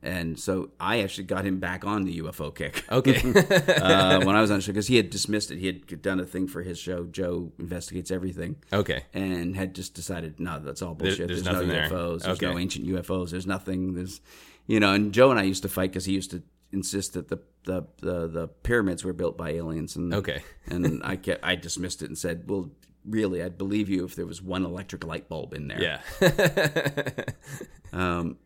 And so I actually got him back on the UFO kick Okay. uh, when I was on the show because he had dismissed it. He had done a thing for his show, Joe Investigates Everything, okay. and had just decided, no, that's all bullshit. there's there's, nothing no there. UFOs. There's no Okay. ancient UFOs. There's nothing. There's, you know, and Joe and I used to fight because he used to insist that the, the, the, the pyramids were built by aliens. And Okay. and I kept, I dismissed it and said, "Well, really, I'd believe you if there was one electric light bulb in there." Yeah.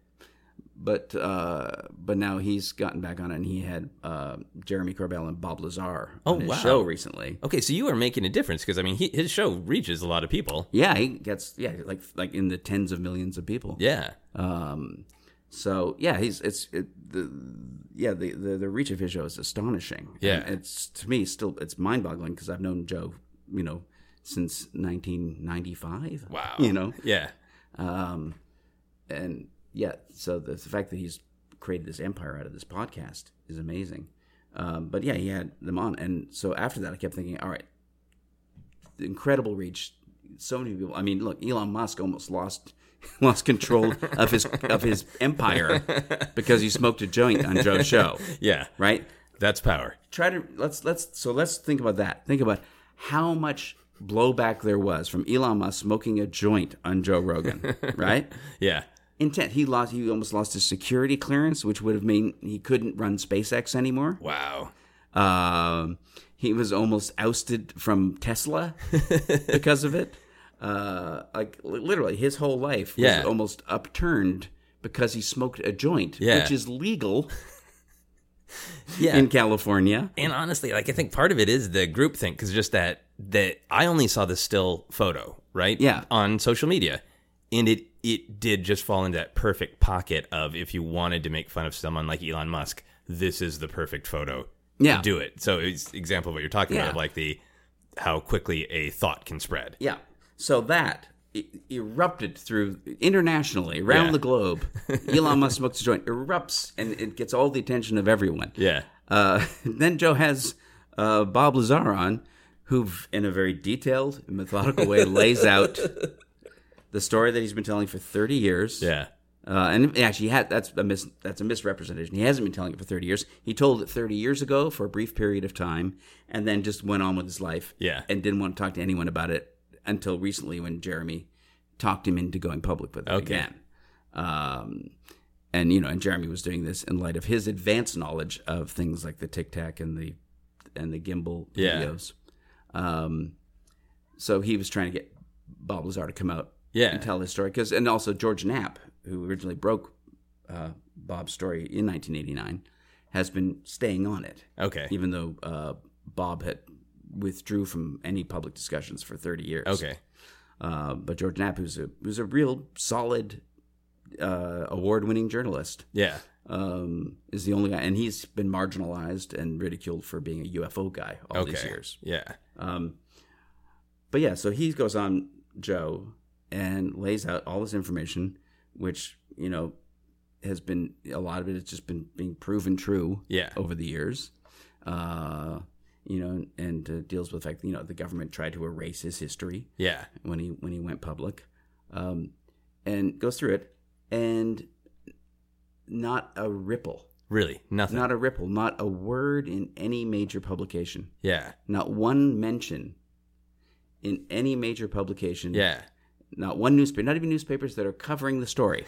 But uh, but now he's gotten back on it, and he had uh, Jeremy Corbell and Bob Lazar Oh, on his wow. show recently. okay, so you are making a difference because I mean, he, his show reaches a lot of people. Yeah, he gets yeah like like in the tens of millions of people. Yeah. Um, so yeah, he's it's it, the yeah the, the the reach of his show is astonishing. Yeah. And it's to me still it's mind boggling because I've known Joe you know since 1995. Wow. You know. Yeah. Um, and yeah, so the, the fact that he's created this empire out of this podcast is amazing. Um, but yeah, he had them on, and so after that, I kept thinking, all right, the incredible reach. So many people. I mean, look, Elon Musk almost lost lost control of his of his empire because he smoked a joint on Joe's show, Yeah. right? That's power. Try to let's let's so let's think about that. Think about how much blowback there was from Elon Musk smoking a joint on Joe Rogan, right? Yeah. intent. He lost. He almost lost his security clearance, which would have mean he couldn't run SpaceX anymore. Wow. Um, he was almost ousted from Tesla because of it. Uh, like li- literally, his whole life was Yeah. almost upturned because he smoked a joint, Yeah. which is legal Yeah. in California. and honestly, like I think part of it is the group thing because just that that I only saw the still photo right, Yeah. on social media, and it it did just fall into that perfect pocket of if you wanted to make fun of someone like Elon Musk, this is the perfect photo Yeah. to do it. So it's example of what you're talking Yeah. about, like the how quickly a thought can spread. Yeah. So that e- erupted through internationally around Yeah. the globe. Elon Musk smokes a joint, erupts, and it gets all the attention of everyone. Yeah. Uh, then Joe has uh, Bob Lazar on, who, v- in a very detailed and methodical way, lays out the story that he's been telling for 30 years. Yeah. Uh, and actually, he had, that's a mis- that's a misrepresentation. He hasn't been telling it for 30 years. He told it 30 years ago for a brief period of time, and then just went on with his life. Yeah. and didn't want to talk to anyone about it until recently when Jeremy talked him into going public with it Okay. again. Um, and you know, and Jeremy was doing this in light of his advanced knowledge of things like the tic tac and the and the gimbal Yeah. videos. Um, so he was trying to get Bob Lazar to come out Yeah. and tell his story because, and also George Knapp, who originally broke uh, Bob's story in 1989, has been staying on it, Okay. even though uh, Bob had withdrew from any public discussions for 30 years. Okay. Uh, but George Knapp, who's a who's a real solid uh, award winning journalist, Yeah. um, is the only guy, and he's been marginalized and ridiculed for being a UFO guy all Okay. these years. Yeah. Um, but yeah, so he goes on Joe and lays out all this information, which you know has been a lot of it has just been being proven true Yeah. over the years. Uh, you know, and uh, deals with the fact that, you know the government tried to erase his history Yeah. when he when he went public, um, and goes through it, and not a ripple, Really. Nothing. not a ripple, not a word in any major publication yeah. not one mention in any major publication. Yeah. Not one newspaper, not even newspapers that are covering the story.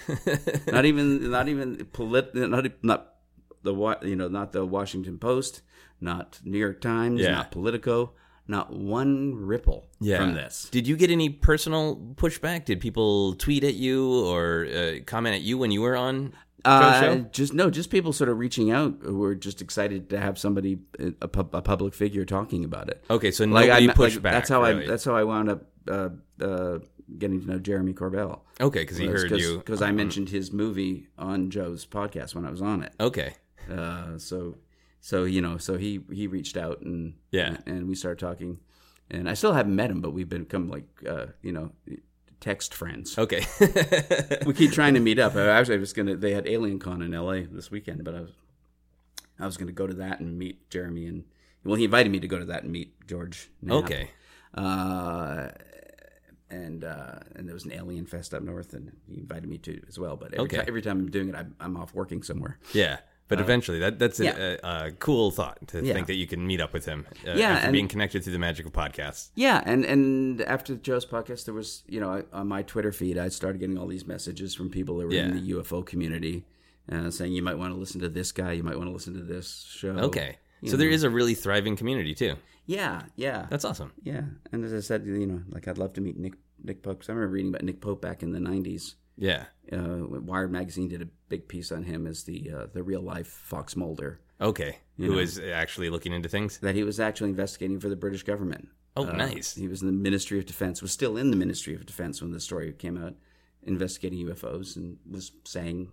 not even, not even polit, not e, not the Wa- you know, not the Washington Post, not New York Times, Yeah. not Politico, not one ripple Yeah. from this. Did you get any personal pushback? Did people tweet at you or uh, comment at you when you were on Joe's Uh, show? just no, just people sort of reaching out who were just excited to have somebody, uh, a, a pub- a public figure, talking about it. Okay, so nobody met- pushed like, back. That's how really. I. That's how I wound up uh, uh, getting to know Jeremy Corbell. okay, because he heard you. Uh-huh. because I mentioned his movie on Joe's podcast when I was on it. Okay, Uh, so, so you know, so he he reached out and Yeah. and we started talking, and I still haven't met him, but we've become like uh, you know, text friends. okay, We keep trying to meet up. I actually was gonna. They had Alien Con in L.A. this weekend, but I was I was gonna go to that and meet Jeremy and well, he invited me to go to that and meet George. Knapp. okay. Uh, and uh, and there was an alien fest up north, and he invited me to as well. But every, Okay. ti- every time I'm doing it, I'm, I'm off working somewhere. Yeah, but eventually that that's a, Uh, yeah. a, a cool thought to Yeah. think that you can meet up with him. Uh, Yeah, after and- being connected through the magic of podcasts. Yeah, and and after Joe's podcast, there was you know I- on my Twitter feed, I started getting all these messages from people that were Yeah. in the UFO community, uh, saying you might want to listen to this guy, you might want to listen to this show. Okay, so there is a really thriving community too. Yeah, yeah, That's awesome. yeah. And as I said, you know, like I'd love to meet Nick Nick Pope. 'cause I remember reading about Nick Pope back in the '90s. Yeah. uh, Wired magazine did a big piece on him as the uh, the real life Fox Mulder Okay. Who is actually looking into things? that he was actually investigating for the British government. Oh, Uh, nice. He was in the Ministry of Defense, was still in the Ministry of Defense when the story came out, investigating UFOs, and was saying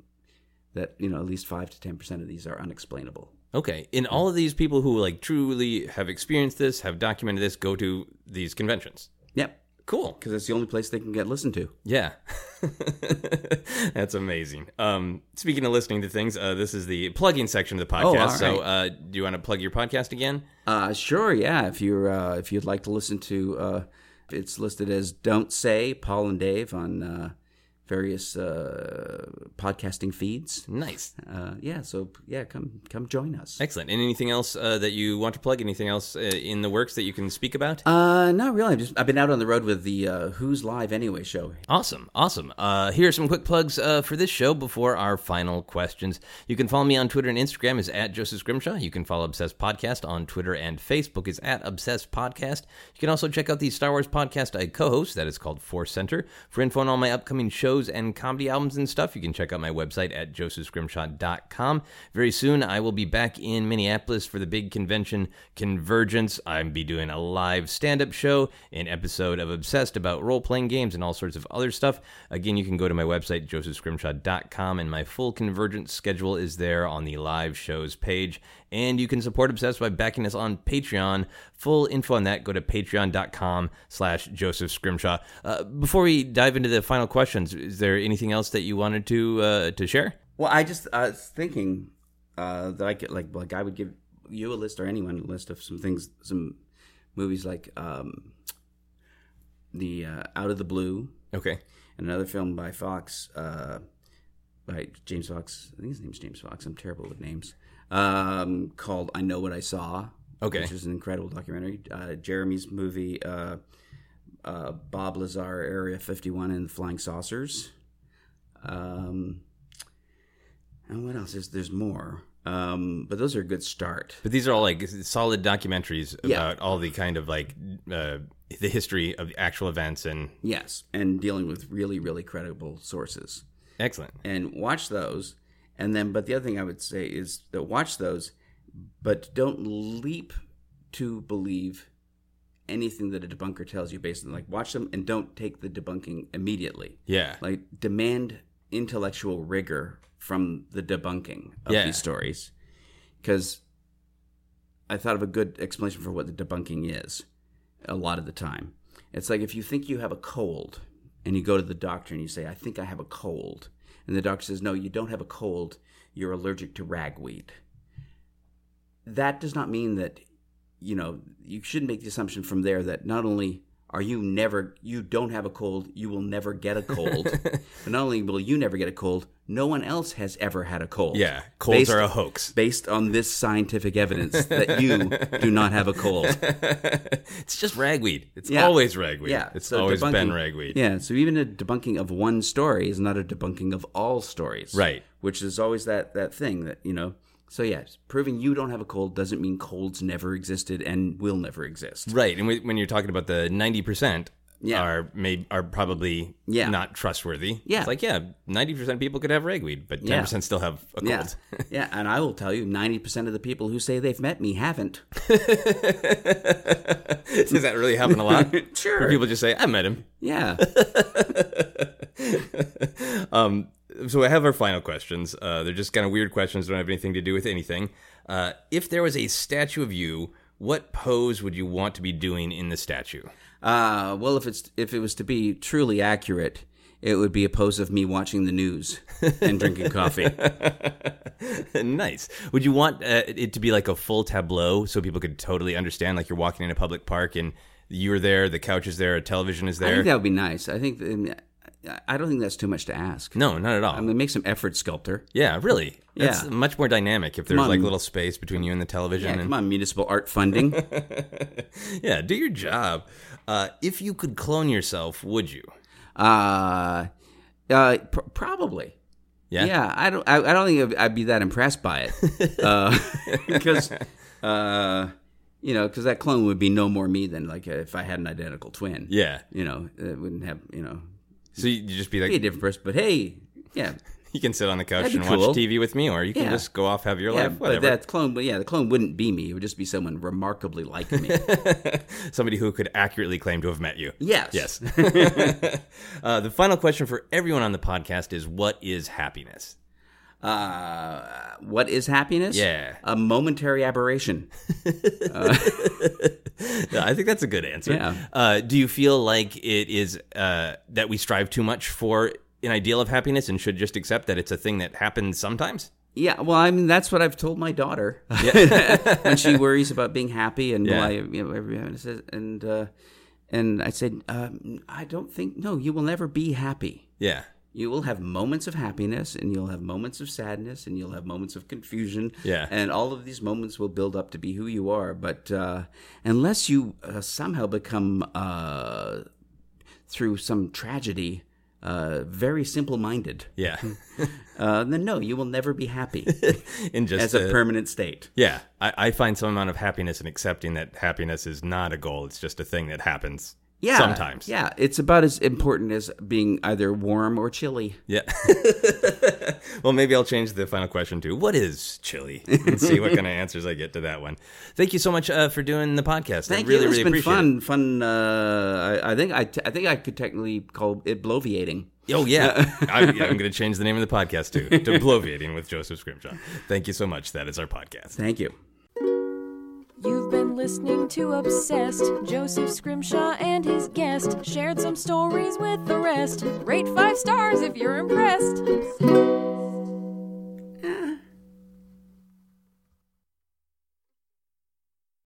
that you know at least five to ten percent of these are unexplainable. Okay. And all of these people who like truly have experienced this, have documented this, go to these conventions. Yep, Cool. because that's the only place they can get listened to. Yeah. That's amazing. Um, speaking of listening to things, uh, this is the plugging section of the all podcast. So, right. uh, do you want to plug your podcast again? Uh, sure, yeah. If you're uh, if you'd like to listen to, uh, it's listed as "Don't Say" Paul and Dave on uh, various uh, podcasting feeds. Nice. Uh, yeah, so yeah, come come join us. Excellent. And anything else uh, that you want to plug? Anything else uh, in the works that you can speak about? Uh, not really. I've just I've been out on the road with the uh, Who's Live Anyway show. Awesome, awesome. Uh, here are some quick plugs uh, for this show before our final questions. You can follow me on Twitter and Instagram is at Joseph Scrimshaw. You can follow Obsessed Podcast on Twitter and Facebook is at Obsessed Podcast. You can also check out the Star Wars podcast I co-host that is called Force Center for info on all my upcoming shows shows and comedy albums and stuff, you can check out my website at josephscrimshaw.com. Very soon, I will be back in Minneapolis for the big convention Convergence. I'll be doing a live stand up show, an episode of Obsessed about role playing games, and all sorts of other stuff. Again, you can go to my website, josephscrimshaw.com, and my full Convergence schedule is there on the live shows page. And you can support Obsessed by backing us on Patreon. Full info on that, go to patreon.com slash Joseph Scrimshaw. Uh, before we dive into the final questions, is there anything else that you wanted to uh, to share? Well, I just I was thinking uh, that I could like like I would give you a list or anyone a list of some things, some movies like um, the uh, Out of the Blue, Okay. and another film by Fox, uh, by James Fox. I think his name's James Fox. I'm terrible with names. Um, called I Know What I Saw. Okay. which is an incredible documentary. Uh, Jeremy's movie, uh, uh, Bob Lazar, Area 51, and the Flying Saucers. Um, and what else is there's more? Um, but those are a good start. But these are all like solid documentaries Yeah. about all the kind of like uh, the history of actual events and Yes, and dealing with really, really credible sources. excellent. and watch those and then but the other thing i would say is that watch those but don't leap to believe anything that a debunker tells you based on like watch them and don't take the debunking immediately Yeah. like demand intellectual rigor from the debunking of Yeah. these stories because i thought of a good explanation for what the debunking is a lot of the time it's like if you think you have a cold and you go to the doctor and you say i think i have a cold and the doctor says no you don't have a cold you're allergic to ragweed that does not mean that you know you shouldn't make the assumption from there that not only are you never you don't have a cold you will never get a cold but not only will you never get a cold no one else has ever had a cold yeah. Colds Based- are a hoax. based on this scientific evidence that you do not have a cold it's just ragweed. It's Yeah. always ragweed. yeah It's so always been debunking- ragweed. yeah so even a debunking of one story is not a debunking of all stories Right. which is always that that thing that you know so yeah proving you don't have a cold doesn't mean colds never existed and will never exist Right, and whe- when you're talking about the ninety percent Yeah. are may are probably Yeah. not trustworthy. Yeah. it's like yeah, ninety percent people could have ragweed, but ten Yeah. percent still have a cold. Yeah. yeah, and I will tell you, 90% of the people who say they've met me haven't. Does that really happen a lot? Where sure. people just say, "I met him." Yeah. Um, so I have our final questions. Uh, they're just kind of weird questions. Don't have anything to do with anything. Uh, if there was a statue of you, what pose would you want to be doing in the statue? Uh, well, if it's if it was to be truly accurate, it would be a pose of me watching the news and drinking coffee. nice. Would you want uh, it to be like a full tableau so people could totally understand? Like you're walking in a public park and you're there, the couch is there, a television is I there. think that would be nice. I think I don't think that's too much to ask. no, not at all. I mean, make some effort, sculptor. yeah, really. That's Yeah. much more dynamic if there's on. like little space between you and the television. Yeah, and, come on, municipal art funding. yeah do your job. Uh, if you could clone yourself, would you? uh, uh, pr- probably. Yeah? Yeah. I don't. I, I don't think I'd, I'd be that impressed by it, because, uh, you know, because that clone would be no more me than like if I had an identical twin. Yeah. You know, it wouldn't have. You know, So you you just be like, be a different person. But hey, yeah, you can sit on the couch That'd and be watch cool. TV with me, or you can Yeah. just go off, have your yeah. life, But whatever. that clone. But yeah, the clone wouldn't be me. It would just be someone remarkably like me. Somebody who could accurately claim to have met you. yes. Yes. uh, the final question for everyone on the podcast is what is happiness? Uh, what is happiness? Yeah. A momentary aberration. Yeah, I think that's a good answer. Yeah. Uh, do you feel like it is uh, that we strive too much for an ideal of happiness and should just accept that it's a thing that happens sometimes? Yeah, well, I mean, that's what I've told my daughter when she worries about being happy and Yeah. will I, you know, every- and, it says- and, uh, and I said, um, I don't think no, you will never be happy. Yeah. You will have moments of happiness, and you'll have moments of sadness, and you'll have moments of confusion. Yeah. and all of these moments will build up to be who you are. But uh, unless you uh, somehow become uh, through some tragedy uh, very simple-minded, Yeah. uh, then no, you will never be happy. and just as a uh, permanent state. yeah, I, I find some amount of happiness in accepting that happiness is not a goal; it's just a thing that happens. Yeah. Sometimes. Yeah. It's about as important as being either warm or chilly. Yeah. well, maybe I'll change the final question to what is chili and see what kind of answers I get to that one. Thank you so much uh, for doing the podcast. Thank I really, you. It's really been appreciate it. fun. Fun. Uh, I, I think I, t- I think I could technically call it bloviating. Oh yeah, I, yeah I'm going to change the name of the podcast too to Bloviating with Joseph Scrimshaw. Thank you so much. That is our podcast. Thank you. You've been listening to Obsessed. Joseph Scrimshaw and his guest shared some stories with the rest. Rate five stars if you're impressed.